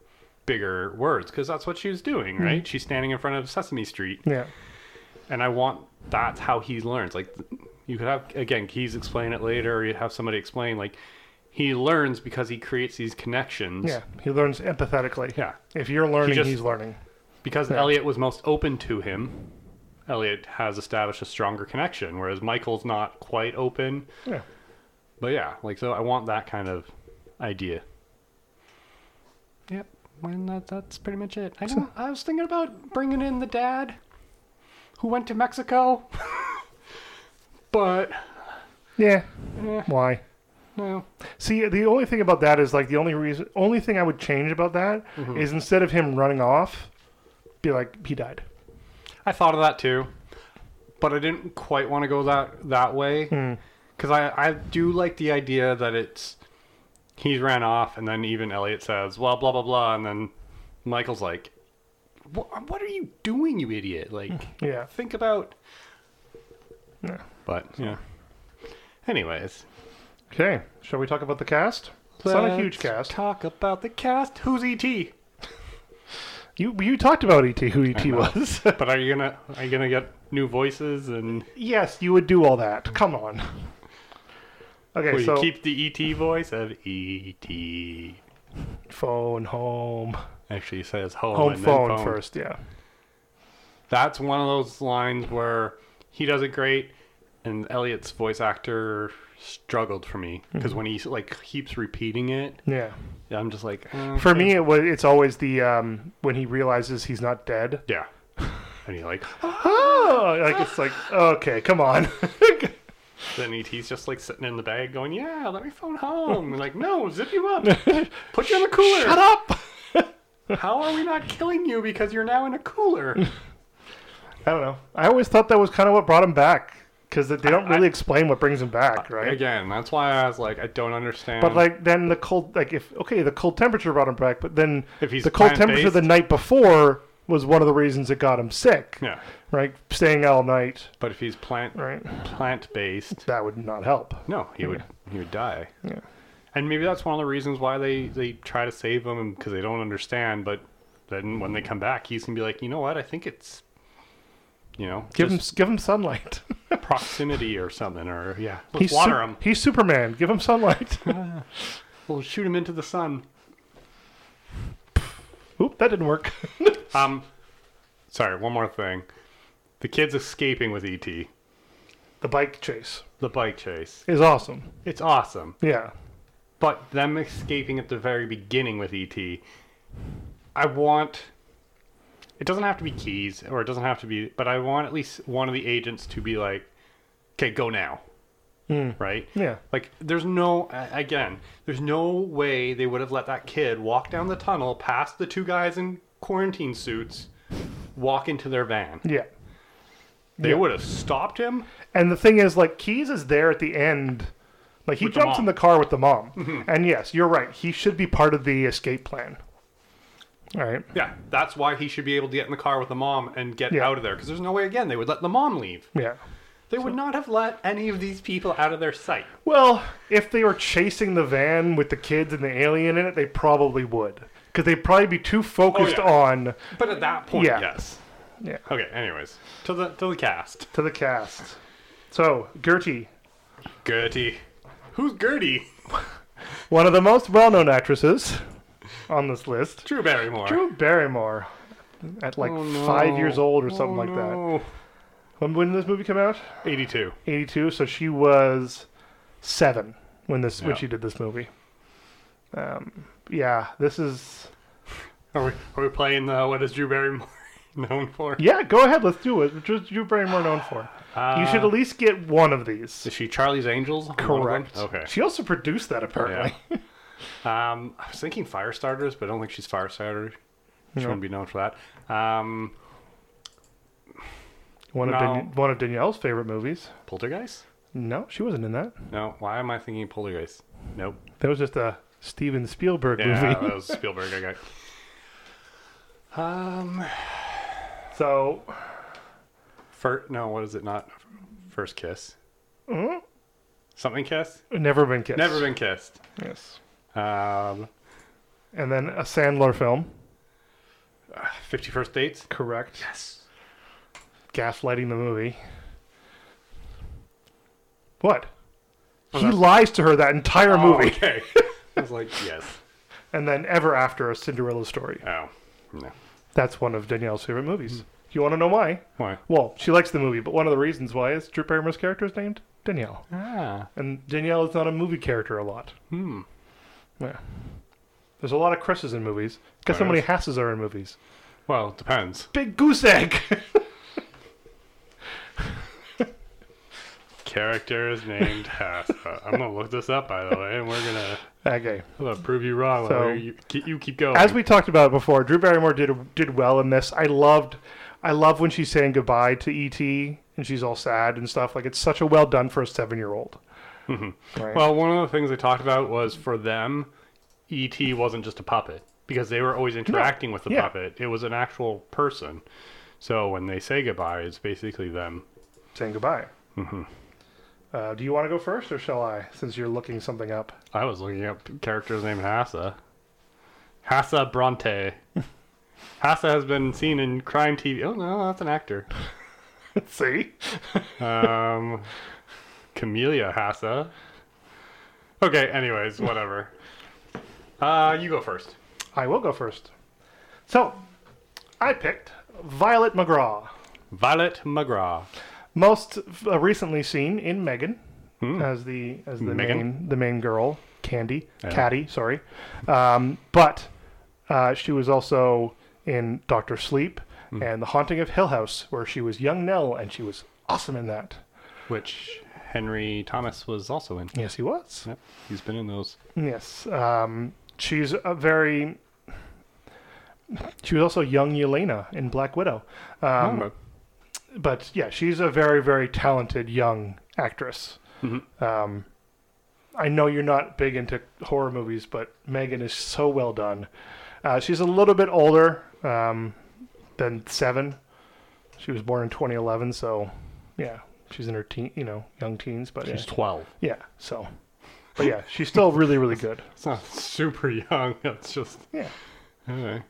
bigger words because that's what she was doing, right? She's standing in front of Sesame Street
Yeah.
and I want that's how he learns. Like th- you could have again Keys explain it later, or you have somebody explain like he learns because he creates these connections.
Yeah. He learns empathetically.
Yeah.
If you're learning,
just-
he's learning.
Because Elliot was most open to him, Elliot has established a stronger connection, whereas Michael's not quite open.
Yeah.
But yeah, like so I want that kind of idea. Yep. And that, that's pretty much it. I, don't, I was thinking about bringing in the dad who went to Mexico, but
Yeah.
Yeah.
Why?
no.
See, the only thing about that is like the only reason, only thing I would change about that is
Mm-hmm.
instead of him running off, be like he died.
I thought of that too, but I didn't quite want to go that that way because I I do like the idea that it's he's ran off and then even Elliot says well blah blah blah and then Michael's like what what are you doing you idiot like
Yeah.
think about
Yeah.
but Hmm. yeah anyways
Okay. Shall we talk about the cast? It's not a huge
let's
cast.
talk about the cast who's E ET
you you talked about ET, who ET was.
but are you gonna are you gonna get new voices and
yes, you would do all that. Come on. Okay,
will
so
you keep the ET voice of E ET
phone home,
Actually, it says home,
home
and
phone,
then phone
first. Yeah.
That's one of those lines where he does it great, and Elliot's voice actor struggled for me because
Mm-hmm.
when he like keeps repeating it,
Yeah.
I'm just like uh,
For me, it was it's always the um when he realizes he's not dead.
yeah. And he like Ah!
Oh, like it's like okay, come on.
then he, he's just like sitting in the bag going yeah let me phone home and like no zip you up put you in the cooler
Shut up.
how are we not killing you because you're now in a cooler
I don't know. I always thought that was kind of what brought him back because they don't
I-
really explain what brings him back, right?
again that's why I was like I don't understand
but like then the cold, like if okay, the cold temperature brought him back, but then
If he's
the cold temperature
plant-based-
the night before was one of the reasons it got him sick,
yeah
right? Staying out all night,
but if he's plant
right?
plant based
That would not help.
No, he would he would die.
Yeah.
And maybe that's one of the reasons why they they try to save him because they don't understand. But then when they come back, he's gonna be like, you know what? I think it's, you know,
Give
just
him give him sunlight.
proximity or something, or yeah, let's
he's
water
Sup-
him.
He's Superman. Give him sunlight.
We'll shoot him into the sun.
Oop, that didn't work.
Um, sorry, one more thing. The kid's escaping with ET.
the bike chase
The bike chase.
is awesome.
It's awesome.
Yeah.
But them escaping at the very beginning with ET, I want. It doesn't have to be keys, or it doesn't have to be. But I want at least one of the agents to be like, "Okay, go now,"
Hmm.
right?
Yeah.
Like, there's no a- again, there's no way they would have let that kid walk down the tunnel past the two guys in quarantine suits, walk into their van.
Yeah.
They
Yeah.
would have stopped him.
And the thing is, like, Keys is there at the end. Like, he
the Mm-hmm.
jumps
mom.
in the car with the mom. And yes, you're right. He should be part of the escape plan. All right.
Yeah, that's why he should be able to get in the car with the mom and get
Yeah.
out of there. Because there's no way again they would let the mom leave.
Yeah.
They would not have let any of these people out of their sight.
Well, if they were chasing the van with the kids and the alien in it, they probably would. Because they'd probably be too focused
Oh, yeah.
on.
But at that point,
Yeah.
yes.
Yeah.
Okay. Anyways, to the to the cast.
To the cast. So Gertie,
Gertie. Who's Gertie?
one of the most well-known actresses on this list.
Drew Barrymore.
Drew Barrymore, at like
Oh,
five
no. Oh,
years old or something like that. When, when did this movie come out?
that. Eighty-two.
82 so she was seven when this
Yeah.
when she did this movie um, yeah this is
Are we, are we playing the what is Drew Barrymore known for?
yeah go ahead let's do it which is your brain more known for
Uh,
you should at least get one of these
Is she Charlie's Angels? One of them?
correct
Okay.
she also produced that apparently
Um, I was thinking Firestarters, but I don't think she's Firestarter. She
No.
wouldn't be known for that. Um,
one, of
No.
Dan- one of danielle's favorite movies
Poltergeist?
no she wasn't in that
No. Why am I thinking Poltergeist? Nope.
that was just a steven spielberg
Yeah,
movie
that was Spielberg. I got. Um,
so
first, no, what is it? Not first kiss.
mm,
Something kiss.
never been kissed
Never been kissed.
yes
Um,
and then a sandler film
fifty first dates.
correct
Yes.
gaslighting the movie. What?
Oh,
he
that's-
lies to her that entire
Oh.
movie.
Okay. I was like, yes.
And then Ever After, a Cinderella story.
Oh, no.
That's one of Danielle's favorite movies.
Hmm.
You want to know why?
Why?
Well, she likes the movie, but one of the reasons why is Drew Barrymore's character is named Danielle.
Ah.
And Danielle is not a movie character a lot.
Hmm.
Yeah. There's a lot of Chris's in movies. Because
There
so many
is.
Hasses are in movies.
Well, it depends.
Big goose egg!
Character is named Hass. Uh, I'm gonna look this up, by the way, and we're gonna,
okay.
I'm gonna prove you wrong.
So-
So, you, keep- you keep going.
As we talked about before, Drew Barrymore did did well in this. I loved, I love when she's saying goodbye to ET and she's all sad and stuff. Like it's such a well done for a seven year old. Right.
well, one of the things they talked about was for them, ET wasn't just a puppet because they were always interacting with the
yeah.
puppet. It was an actual person. So when they say goodbye, it's basically them.
saying goodbye. Uh, do you want to go first or shall I? Since you're looking something up,
I was looking up characters named Hassa. Hassa Bronte. Hassa has been seen in crime TV. Oh no, that's an actor.
see,
Um, Camelia Hassa. Okay, anyways, whatever. Uh, you go first.
I will go first. So, I picked Violet McGraw,
Violet McGraw.
most uh, recently seen in Megan as the as the
Megan?
main the main girl, Candy,
Yeah.
Caddy, sorry. Um, but uh, she was also in Doctor Sleep and The Haunting of Hill House, where she was young Nell, and she was awesome in that.
Which Henry Thomas was also in.
Yes, he was.
Yep, he's been in those.
Yes, um, she's a very. She was also young Yelena in Black Widow. Um,
Oh,
but yeah, she's a very, very talented young actress. Um, I know you're not big into horror movies, but Megan is so well done. Uh, she's a little bit older um, than seven. She was born in 2011, so yeah, she's in her teen, you know, young teens. But
she's
yeah,
twelve.
yeah, so, but yeah, she's still really, really good.
It's not super young. It's just
Yeah.
okay.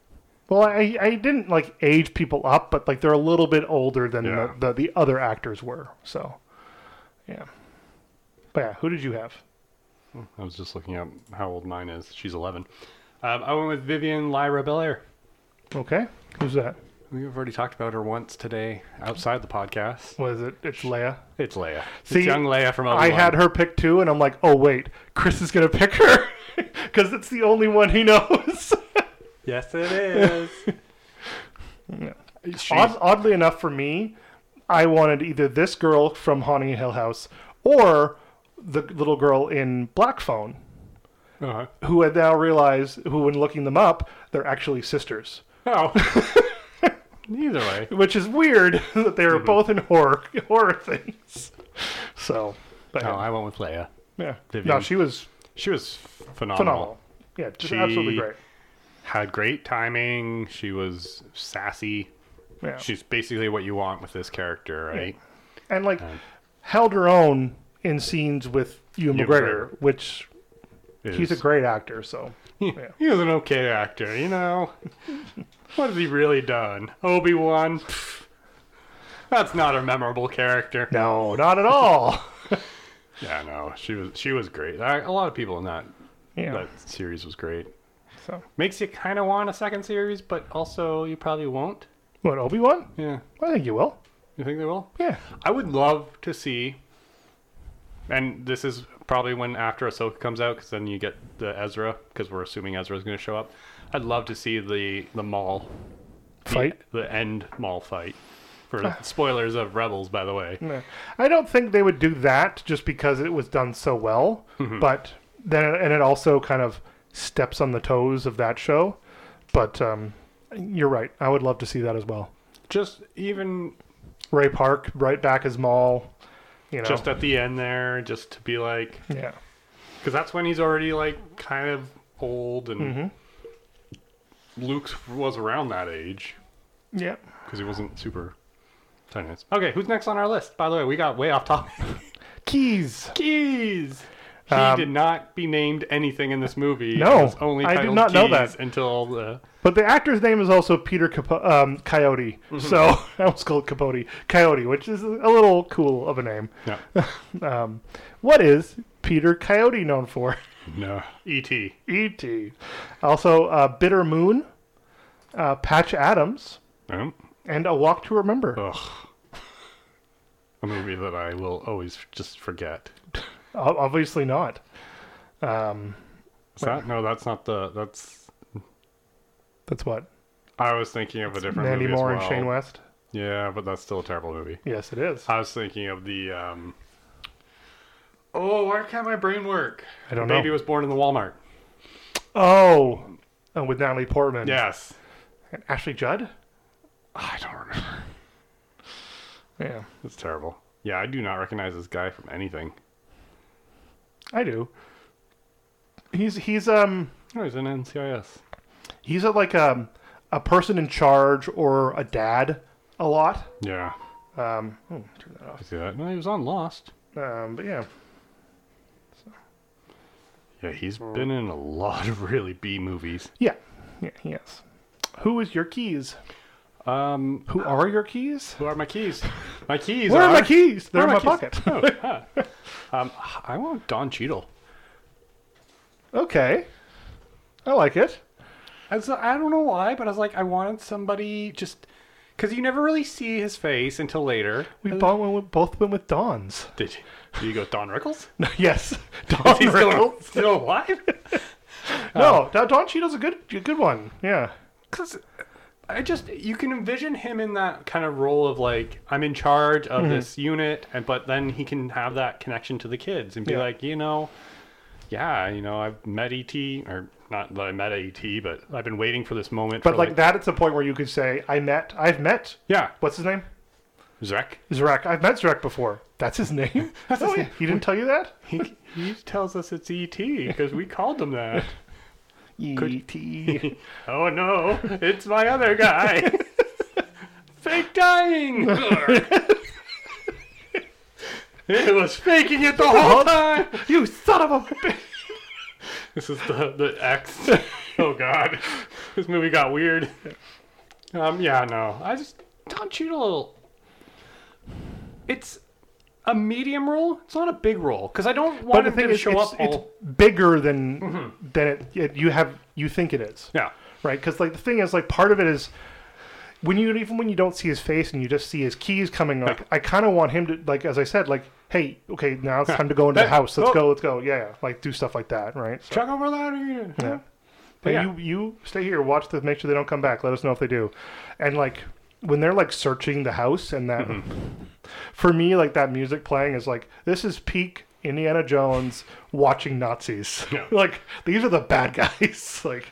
Well, I, I didn't like age people up, but like they're a little bit older than
Yeah.
the, the, the other actors were. So, yeah. But yeah, who did you have?
I was just looking up how old mine is. She's eleven. Um, I went with Vivian Lyra Belair.
Okay, who's that?
We've already talked about her once today outside the podcast.
Was it? It's Leia.
It's Leia.
See,
it's young Oh, Leia from Obi-Wan.
I had her pick too, and I'm like, oh wait, Chris is gonna pick her because it's the only one he knows.
Yes, it is.
Yeah.
She's-
Odd, oddly enough, for me, I wanted either this girl from Haunting Hill House or the little girl in Black Phone.
Uh-huh.
who had now realized, who when looking them up, they're actually sisters,
Oh. Either way.
which is weird that they were
Mm-hmm.
both in horror horror things. So, but
No,
yeah,
I went with Leia.
yeah.
Vivian.
no, she was
She was phenomenal.
phenomenal. Yeah, just
She-
absolutely great.
Had great timing. She was sassy.
Yeah,
She's basically what you want with this character, right?
and like
um,
held her own in scenes with Ewan
Ewan
McGregor, which
It
he's a
is-
great actor. So
He,
Yeah.
he was an okay actor, you know. what has he really done? Obi Wan. That's not a memorable character.
No, not at all.
Yeah, no, she was she was great. I, a lot of people in that
yeah.
that series was great.
So
Makes you kind of want a second series, but also you probably won't.
what Obi Wan?
Yeah,
I think you will.
you think they will?
Yeah.
I would love to see, and this is probably when after Ahsoka comes out, because then you get the Ezra, because we're assuming Ezra's going to show up. I'd love to see the the Maul the-
Fight?
the, end Maul fight. For spoilers of Rebels, by the way,
No. I don't think they would do that just because it was done so well. But then, and it also kind of steps on the toes of that show. But um, you're right. I would love to see that as well.
just even
Ray Park right back as Maul. You know.
just at the end there, just to be like,
yeah.
because that's when he's already like kind of old, and Mm-hmm. Luke was around that age.
Yeah.
because he wasn't super tenuous. Okay, who's next on our list? By the way, we got way off topic.
Keys.
Keys. He
Um,
did not be named anything in this movie.
No,
It was only
I did
titled
not know
Keys
that.
until the
But the actor's name is also Peter Capo- um, Coyote. So I almost called Capote Coyote, which is a little cool of a name.
no,
Um, what is Peter Coyote known for?
no E E.T.
E.T. E Also, uh, Bitter Moon, uh, Patch Adams,
Um,
and A Walk to Remember.
ugh, a movie that I will always just forget.
O- Obviously not. Um,
Is that no? That's not the. That's
that's what
I was thinking of a different
Mandy
movie as
Moore
well.
and Shane West.
Yeah, but that's still a terrible movie.
Yes, it is.
I was thinking of the. um Oh, why can't my brain work?
I don't
the
know.
Baby was born in the Walmart.
Oh, uh, with Natalie Portman.
Yes.
And Ashley Judd.
I don't remember.
Yeah,
That's terrible. Yeah, I do not recognize this guy from anything.
I do. He's he's um
Oh, he's in NCIS.
he's a, like um a person in charge or a dad a lot.
Yeah.
Um, hmm, turn that off.
I see that. Oh. No, he was on Lost.
Um, but yeah,
Yeah, he's been in a lot of really B movies.
yeah, yeah, he is. Who is your keys?
Um,
Who are your keys?
who are my keys? My keys
Where are,
are...
my keys? They're
Where
in my
are my
pocket.
Oh, huh. um, I want Don Cheadle.
okay. I like it.
I, was, I don't know why, but I was like, I wanted somebody just... Because you never really see his face until later.
We both went with, both went with Don's.
Did you, did you go Don Rickles?
No, yes. Don
Is he still,
Rickles.
still alive?
No, Don- Don Cheadle's a good a good one. Yeah.
Because I just you can envision him in that kind of role of like I'm in charge
Mm-hmm.
of this unit, and but then he can have that connection to the kids and be
Yeah.
like, you know, yeah, you know, I've met ET or not that I met ET, but I've been waiting for this moment.
But
for
like that, it's a point where you could say, I met, I've met,
yeah,
what's his name?
Zrek.
Zarek. I've met Zarek before. That's his name? oh, yeah. He didn't tell you that?
He, he tells us it's ET because we called him that.
E E.T.
oh no, it's my other guy. Fake dying. it was faking it the whole time.
you son of a bitch.
This is the the X. oh God, this movie got weird. Um, yeah, no, I just Don Cheadle. It's a medium role. It's not a big role because I don't want
But the
him
thing
to
is,
show
it's,
up
it's
all.
bigger than than it, it you have you think it is.
Yeah,
right because like the thing is like part of it is when you even when you don't see his face and you just see his keys coming like i kind of want him to like as i said like hey okay now it's time to go into the
Hey,
house let's
oh.
go let's go yeah yeah, like do stuff like that right so,
check over that.
yeah.
But
Hey,
yeah.
you you stay here watch this make sure they don't come back let us know if they do and like when they're like searching the house and that
Mm-hmm.
for me like that music playing is like this is peak indiana jones watching nazis
Yeah.
like these are the bad guys like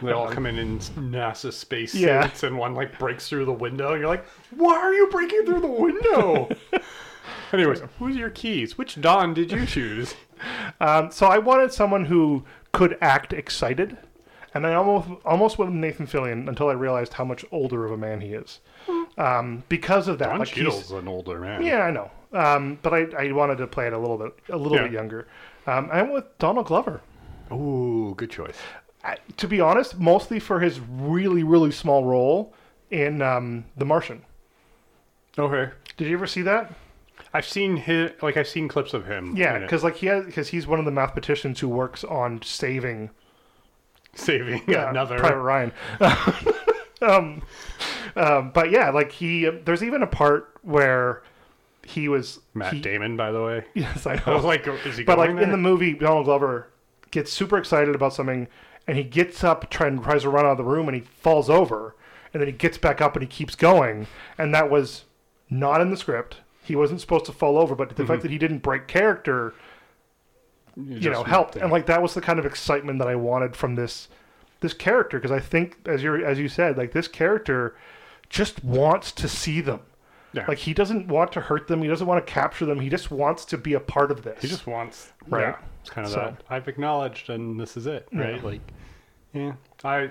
They all come in in NASA space
Uh-huh. Yeah.
suits, and one like breaks through the window, and you're like, "Why are you breaking through the window?" Anyways, who's your keys? Which Don did you choose?
Um, so I wanted someone who could act excited, and I almost almost went with Nathan Fillion until I realized how much older of a man he is. Um, because of that,
Don
like he's-
Cheadle's an older man.
yeah, I know. Um, but I, I wanted to play it a little bit a little
Yeah.
bit younger. Um, I went with Donald Glover.
Ooh, good choice.
I, to be honest, mostly for his really really small role in um, The Martian.
Okay.
Did you ever see that?
I've seen his, like I've seen clips of him.
Yeah,
in it.
because like he has, because he's one of the mathematicians who works on saving
saving
uh,
another.
Private Ryan. um, um, but yeah, like he, there's even a part where he was
Matt
he-
Damon, by the way.
Yes, I
I
know.
was like, is he
But like
going
in
there?
the movie, Donald Glover gets super excited about something, and he gets up, trying tries to run out of the room, and he falls over, and then he gets back up and he keeps going, and that was not in the script. He wasn't supposed to fall over, but the
Mm-hmm.
fact that he didn't break character,
It
you know,
just-
helped. And like that was the kind of excitement that I wanted from this this character because I think as you as you said, like this character just wants to see them.
Yeah.
Like he doesn't want to hurt them. He doesn't want to capture them. He just wants to be a part of this.
He just wants,
Right.
right? It's kind of
So-
that I've acknowledged, and this is it, right? Like, yeah, I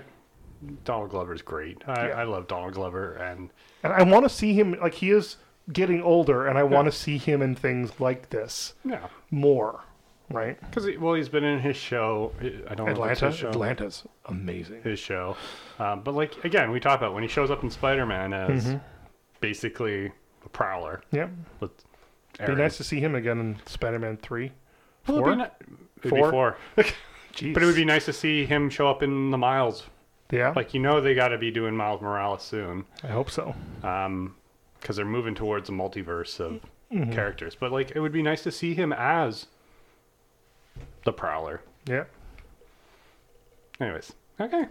Donald Glover's great. I,
Yeah.
I love Donald Glover, and
And I want to see him like he is getting older, and I want to see him in things like this
yeah,
more. Right?
because he, well, um, he's been in his show. I don't know if it's
Atlanta.
his show.
Atlanta's amazing.
His show, um, but like again, we talk about when he shows up in Spider Man as
Mm-hmm.
basically a prowler
Yeah.
with
Be
Aaron.
nice to see him again in Spider-Man Three.
Well, it'd be ni- it'd be
Four?
four.
Jeez.
But it would be nice to see him show up in the Miles.
yeah.
Like you know, they got to be doing Miles Morales soon.
I hope so.
because Um, they're moving towards a multiverse of
Mm-hmm.
characters. But like, it would be nice to see him as the Prowler.
Yeah.
Anyways, okay,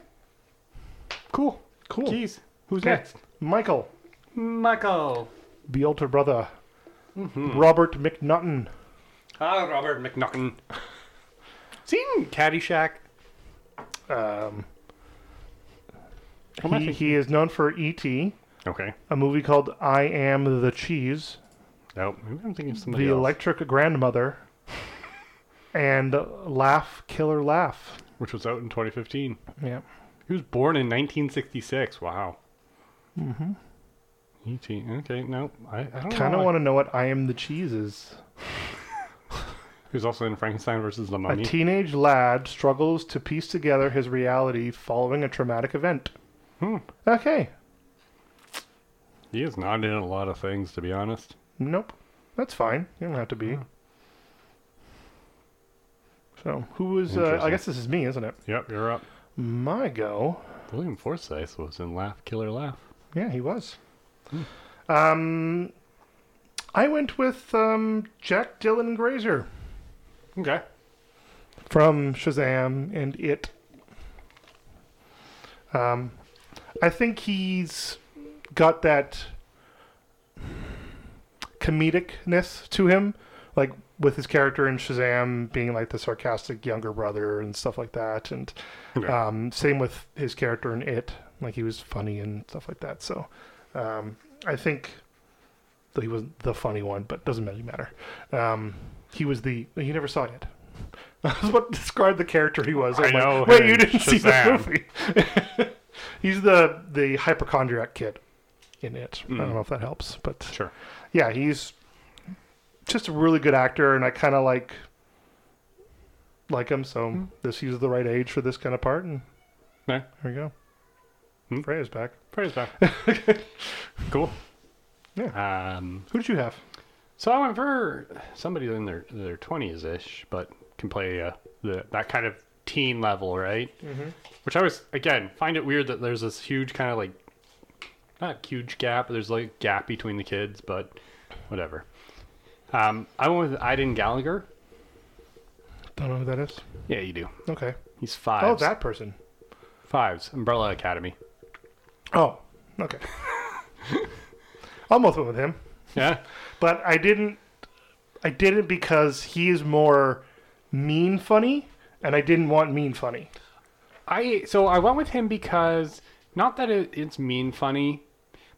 cool,
Cool.
Keys, who's
Okay.
next?
Michael,
Michael.
the older brother,
Mm-hmm.
Robert McNaughton.
Ah, Robert McNaughton. Seen Caddyshack?
Um,
am I
he,
thinking?
he is known for E.T.,
Okay.
a movie called I Am the Cheese,
Nope. maybe I'm thinking of somebody
The
else.
Electric Grandmother, and Laugh Killer Laugh.
which was out in 2015.
Yeah.
He was born in 1966. Wow. Mm-hmm. E.T. Okay, no, I, I don't
Kind
know.
of
why-
want to know what I Am the Cheese is.
He was also in Frankenstein versus the
A
Mummy.
teenage lad struggles to piece together his reality following a traumatic event.
Hmm.
Okay.
He is not in a lot of things, to be honest.
Nope. That's fine. You don't have to be. So, who was. Uh, I
Interesting.
guess this is me, isn't it?
Yep, you're up.
My go.
William Forsythe was in Laugh Killer Laugh.
Yeah, he was. Um, I went with um, Jack Dylan Grazer
Okay.
from Shazam and It. Um, I think he's got that comedicness to him, like with his character in Shazam being like the sarcastic younger brother and stuff like that, and
Okay.
um, same with his character in It, like he was funny and stuff like that. So um, I think that he was the funny one, but doesn't really matter. Um, he was the you never saw it. That's what described the character he was.
I
I'm
know
Like, Wait,
him,
you didn't see the
Shazam."
movie. He's the the hypochondriac kid in it. I don't know if that helps, but
Mm. Sure.
yeah, he's just a really good actor, and I kind of like like him. So this he's the right age for this kind of part, and
No.
there we go.
Hmm.
Freya's back.
Praise back. cool. Um,
Who did you have?
so I went for somebody in their their twenties ish, but can play uh, the that kind of teen level, right? Mm-hmm. Which I was again find it weird that there's this huge kind of like not huge gap. There's like a gap between the kids, but whatever. Um, I went with Iden Gallagher.
Don't know who that is.
Yeah, you do.
Okay.
He's five.
Oh, that person.
Fives, Umbrella Academy.
Oh, okay. Almost went with him,
Yeah.
but I didn't. I didn't because he is more mean funny, and I didn't want mean funny.
I so I went with him because not that it, it's mean funny,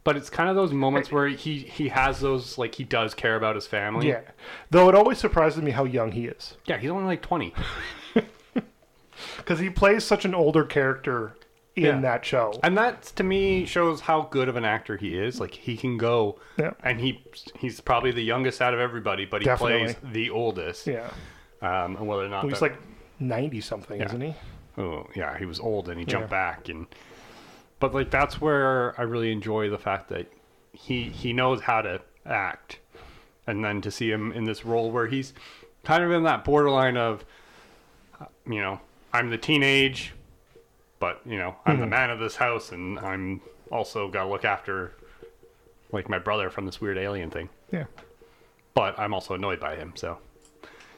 but it's kind of those moments where he he has those like he does care about his family.
Yeah. Though it always surprises me how young he is.
Yeah, he's only like 20.
because he plays such an older character in
Yeah.
that show.
And that to me shows how good of an actor he is. Like he can go
Yeah.
and he he's probably the youngest out of everybody, but he plays the oldest.
yeah,
Um and whether or not
he's
that-
like ninety something, isn't he?
oh yeah, he was old and he jumped back and but like that's where I really enjoy the fact that he he knows how to act. And then to see him in this role where he's kind of in that borderline of uh, you know, I'm the teenage but you know, I'm the man of this house and I'm also got to look after like my brother from this weird alien thing.
Yeah.
But I'm also annoyed by him, so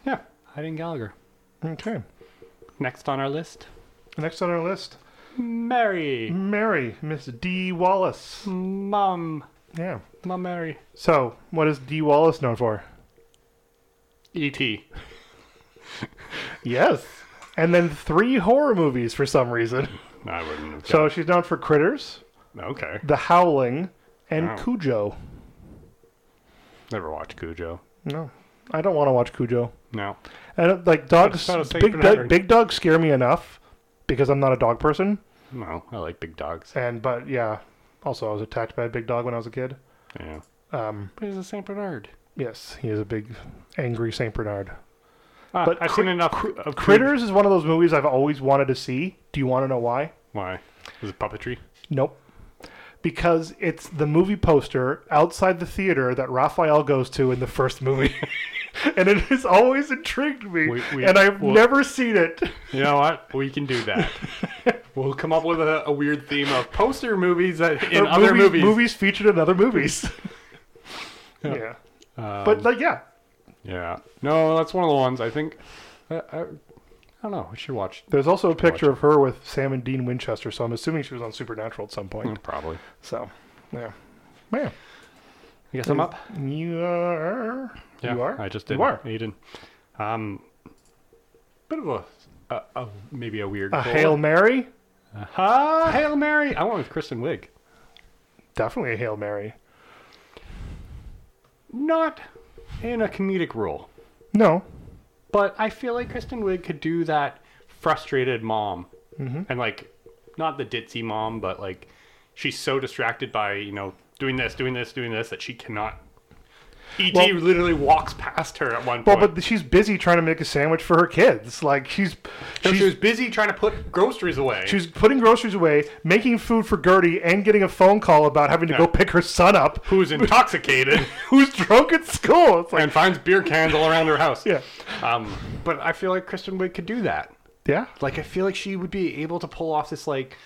yeah, Hiding Gallagher.
Okay.
Next on our list,
Next on our list,
Mary.
Mary, Miss D. Wallace.
Mm. Mum.
Yeah.
Mum Mary.
So, what is D. Wallace known for?
E.T.
Yes. And then three horror movies for some reason.
I wouldn't have.
So she's known for Critters,
okay.
The Howling, and
Wow.
Cujo.
Never watched Cujo.
No, I don't want to watch Cujo.
No.
I don't, like dogs,
It's not a safe
big
endeavor.
dog, big dogs scare me enough because I'm not a dog person.
No. I like big dogs.
And but yeah, also I was attacked by a big dog when I was a kid.
Yeah.
Um,
But he's a St. Bernard.
yes, he is a big, angry Saint Bernard.
Ah,
But
I've
cri-
seen enough of Cujo.
Critters is one of those movies I've always wanted to see. Do you want to know why?
Why? Is it puppetry?
Nope. Because it's the movie poster outside the theater that Raphael goes to in the first movie. and it has always intrigued me.
We- we-
and I've
well-
never seen it.
You know what? We can do that. we'll come up with a, a weird theme of poster movies that in
Or
other movies.
Movies featured in other movies. yeah.
Um,
But, like, yeah.
yeah. No, that's one of the ones I think. I, I, I don't know. We should watch.
There's also a picture of her with Sam and Dean Winchester, so I'm assuming she was on Supernatural at some point.
Hmm, Probably.
So, yeah. Man.
I guess I'm up.
You are.
Yeah,
you are?
I just did.
You are.
Aiden. Um, bit of a, a, a maybe a weird.
A
goal.
Hail Mary?
Ah, Hail Mary. I went with Kristen Wiig.
Definitely a Hail Mary.
Not in a comedic role,
No.
but I feel like Kristen Wiig could do that frustrated mom,
Mm-hmm.
and like not the ditzy mom, but like she's so distracted by you know doing this, doing this, doing this that she cannot. Et
Well-
literally walks past her at one
Well,
point.
but she's busy trying to make a sandwich for her kids. Like she's
So she
she's
was busy trying to put groceries away.
she's putting groceries away, making food for Gertie, and getting a phone call about having to
Yeah.
go pick her son up,
who's intoxicated.
who's drunk at school. It's like
and finds beer cans all around her house.
yeah,
Um, but I feel like Kristen Wiig could do that.
yeah,
Like I feel like she would be able to pull off this like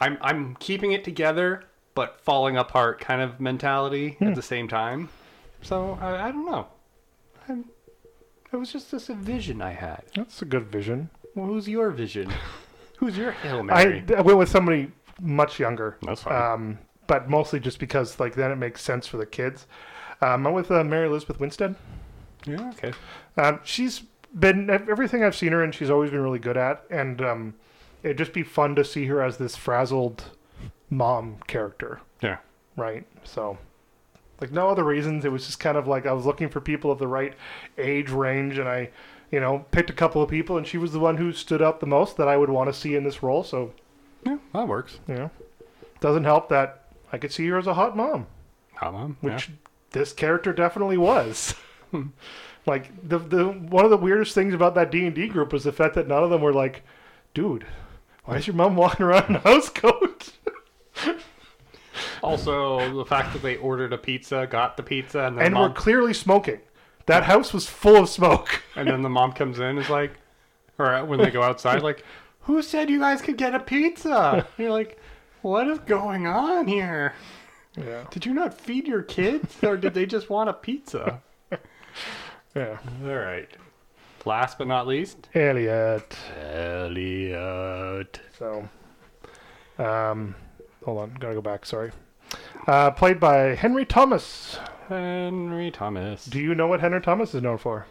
I'm I'm keeping it together but falling apart kind of mentality at the same time. So I, I don't know. i it was just this vision I had.
that's a good vision.
Well, who's your vision? who's your hail
I,
mary? Uh,
I went with somebody much younger,
That's fine.
um, but mostly just because like then it makes sense for the kids. Um, I'm with uh, Mary Elizabeth Winstead.
yeah. Okay.
Um, she's been everything I've seen her, and she's always been really good at. And um, it'd just be fun to see her as this frazzled mom character,
Yeah.
right? So, like, no other reasons. It was just kind of like I was looking for people of the right age range, and I, you know, picked a couple of people, and she was the one who stood out the most that I would want to see in this role. So,
Yeah. That works.
you know, doesn't help that I could see her as a hot mom
Hot mom. yeah.
which this character definitely was. like the the one of the weirdest things about that D and D group was the fact that none of them were like, "Dude, why is your mom walking around in a house coat?"
Also, the fact that they ordered a pizza, got the pizza, and then
and
mom
we're clearly smoking. That house was full of smoke.
And then the mom comes in and is like, or when they go outside, like, who said you guys could get a pizza? And you're like, what is going on here?
Yeah,
Did you not feed your kids or did they just want a pizza?
yeah.
All right. Last but not least,
Elliot.
Elliot.
So, um, hold on, gotta go back. Sorry. Uh, played by Henry Thomas.
Henry Thomas.
Do you know what Henry Thomas is known for?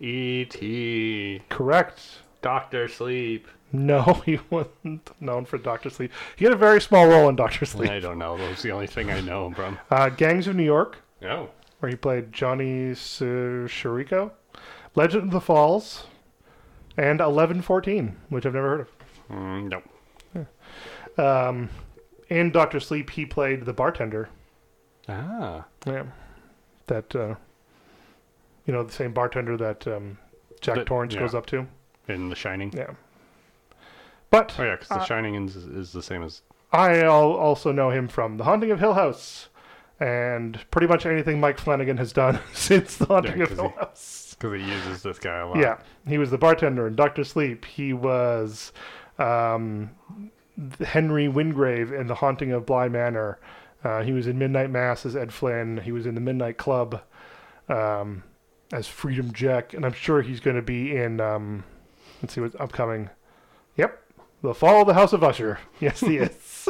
E.T.
Correct.
Doctor Sleep.
No, he wasn't known for Doctor Sleep. He had a very small role in Doctor Sleep.
I don't know. That was the only thing I know him from.
Uh, Gangs of New York,
No.
where he played Johnny Shurico, Legend of the Falls, and Eleven Fourteen, which I've never heard
Mm, no.
of. Um, in Doctor Sleep, he played the bartender.
Ah.
Yeah, that uh, you know the same bartender that um, Jack
That-
Torrance
yeah.
goes up to.
In The Shining.
Yeah, But
Oh yeah, because The Shining is, is the same as
I al- also know him from The Haunting of Hill House and pretty much anything Mike Flanagan has done since The Haunting of
'cause
Hill
he-
House.
because he uses this guy a lot.
Yeah, he was the bartender in Doctor Sleep. He was um, Henry Wingrave in The Haunting of Bly Manor. Uh, he was in Midnight Mass as Ed Flynn. He was in the Midnight Club um, as Freedom Jack, and I'm sure he's going to be in. Um, let's see what's upcoming. Yep, The Fall of the House of Usher. Yes, he is.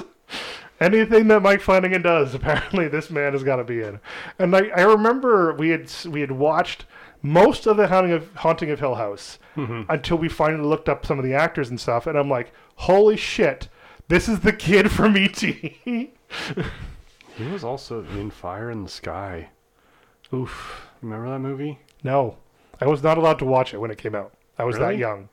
Anything that Mike Flanagan does, apparently this man has got to be in. And I, I remember we had s- we had watched most of the Haunting of, Haunting of Hill House until we finally looked up some of the actors and stuff, and I'm like, holy shit, this is the kid from E ET.
He was also in Fire in the Sky.
Oof.
Remember that movie?
No, I was not allowed to watch it when it came out. I was
Really?
that young.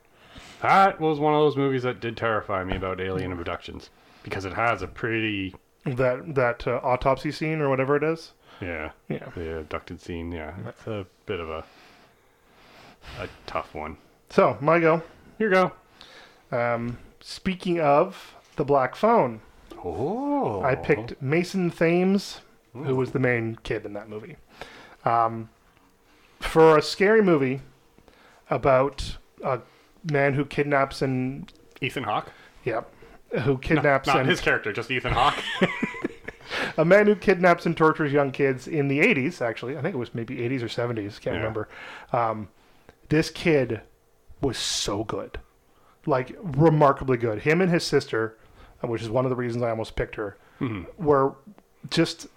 That was one of those movies that did terrify me about alien abductions because it has a pretty
That that uh, autopsy scene or whatever it is.
yeah
Yeah.
the abducted scene yeah it's a bit of a a tough one.
So my go.
Here you go.
Um, speaking of the black phone,
Oh,
I picked Mason Thames, who was the main kid in that movie, um, for a scary movie about a man who kidnaps and
Ethan Hawke.
yep, who kidnaps
Not
and
his character, just Ethan Hawke.
a man who kidnaps and tortures young kids in the 80s actually i think it was maybe 80s or 70s can't
Yeah.
remember um, this kid was so good like remarkably good him and his sister uh, which is one of the reasons i almost picked her were just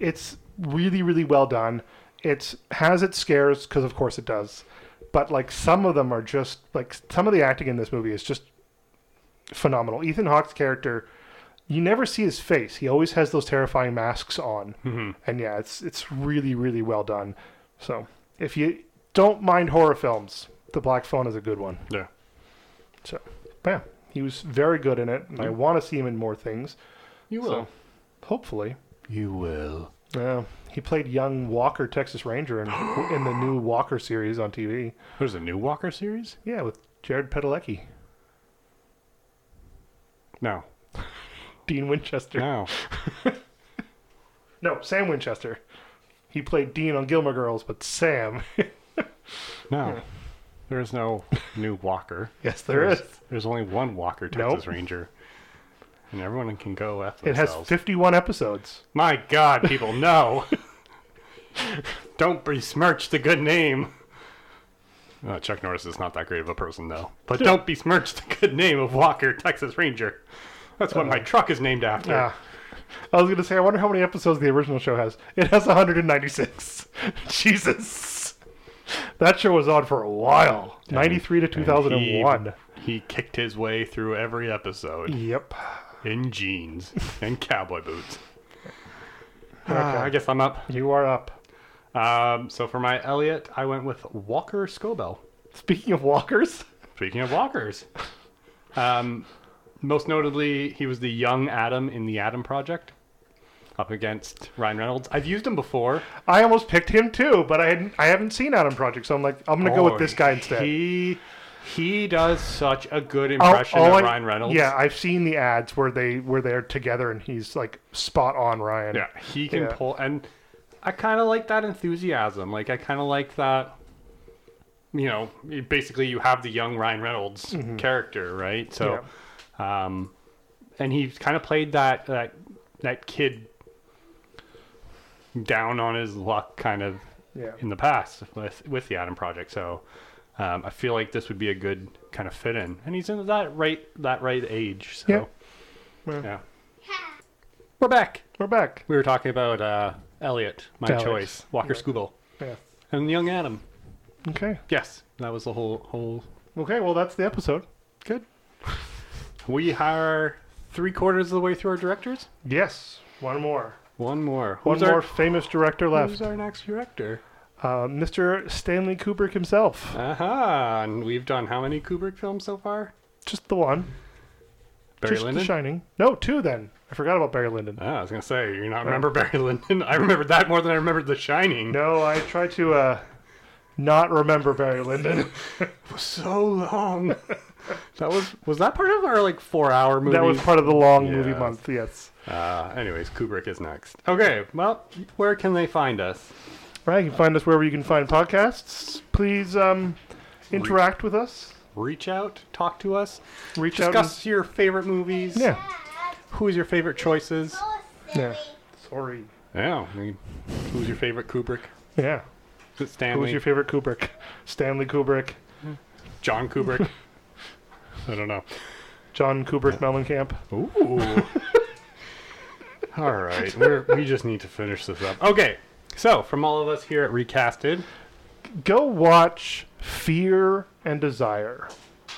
it's really really well done it's has its scares because of course it does but like some of them are just like some of the acting in this movie is just phenomenal ethan hawke's character you never see his face. He always has those terrifying masks on. And yeah, it's it's really really well done. So if you don't mind horror films, The Black Phone is a good one.
yeah.
So yeah, he was very good in it, and I want to see him in more things.
You
So hopefully,
You will.
yeah, he played young Walker Texas Ranger in in the new Walker series on TV.
There's a new Walker series?
Yeah, with Jared Padalecki,
No.
Dean Winchester.
No.
No, Sam Winchester. He played Dean on Gilmore Girls, but Sam.
No. There is no new Walker.
yes, Hmm. there is.
There's only one Walker
Nope.
Texas Ranger. And everyone can go F
It has
themselves.
51 episodes.
My God, people, no. Don't besmirch the good name. Uh, Chuck Norris is not that great of a person, though. But don't besmirch the good name of Walker Texas Ranger. That's what
Uh,
my truck is named after.
Ah. I was gonna say, I wonder how many episodes the original show has. It has 196. Jesus, that show was on for a while. 93 to
And
2001.
He, he kicked his way through every episode
Yep.
in jeans and cowboy boots. Okay, I guess I'm up.
You are up.
Um, so for my Elliot, I went with Walker Scobell.
Speaking of walkers,
Speaking of walkers, um, most notably, he was the young Adam in the Adam Project, up against Ryan Reynolds. I've used him before.
I almost picked him too, but I hadn't, I haven't seen Adam Project, so I'm like, I'm gonna go with this guy instead.
Oh, He he does such a good
All-
impression
all
of
I-
Ryan Reynolds.
Yeah, I've seen the ads where they where they're together and he's like spot on Ryan.
Yeah, he can
Yeah.
pull, and I kind of like that enthusiasm. Like I kind of like that. You know, you- basically, you have the young Ryan Reynolds
Mm-hmm.
character, right? So, um, and he kind of played that that that kid down on his luck kind of
Yeah.
in the past with with the Adam Project. So, um, I feel like this would be a good kind of fit in, and he's in that right that right age. So,
Yeah. Yeah.
yeah. We're back.
We're back.
We were talking about uh, Elliot, my
Elliot.
choice, Walker Scoobal,
Yeah.
and Young Adam.
Okay.
Yes, that was the whole whole.
Okay. Well, that's the episode.
Good. we are three quarters of the way through our directors.
Yes. One more.
One more.
One
Who's
more
Our,
famous director
Who's
left.
our next director?
Uh, Mr. Stanley Kubrick himself.
Aha! And we've done how many Kubrick films so far?
Just the one.
Barry
Just The
Lyndon.
Shining. No, two then. I forgot about Barry Lyndon.
Ah, I was gonna say you not remember Barry Lyndon. I remembered that more than I remembered The Shining.
No, I tried to uh, not remember Barry Lyndon.
It was so long. That was was that part of our like four hour movie?
That was part of the long movie
Yeah.
month. Yes.
Uh, anyways, Kubrick is next. Okay, well, where can they find us?
Right. You can find us wherever you can find podcasts. Please um, interact with us.
Reach out, talk to us,
Reach
discuss your favorite movies.
out. And,
Who's your favorite choices?
yeah. Yeah. Sorry.
Yeah. I mean, who's your favorite Kubrick?
Yeah.
Is it Stanley?
Who was your favorite Kubrick? Stanley Kubrick,
John Kubrick? I don't know.
John Kubrick Mellencamp.
Ooh. all right. We're, we just need to finish this up. Okay. So, from all of us here at Recasted,
Go watch Fear and Desire.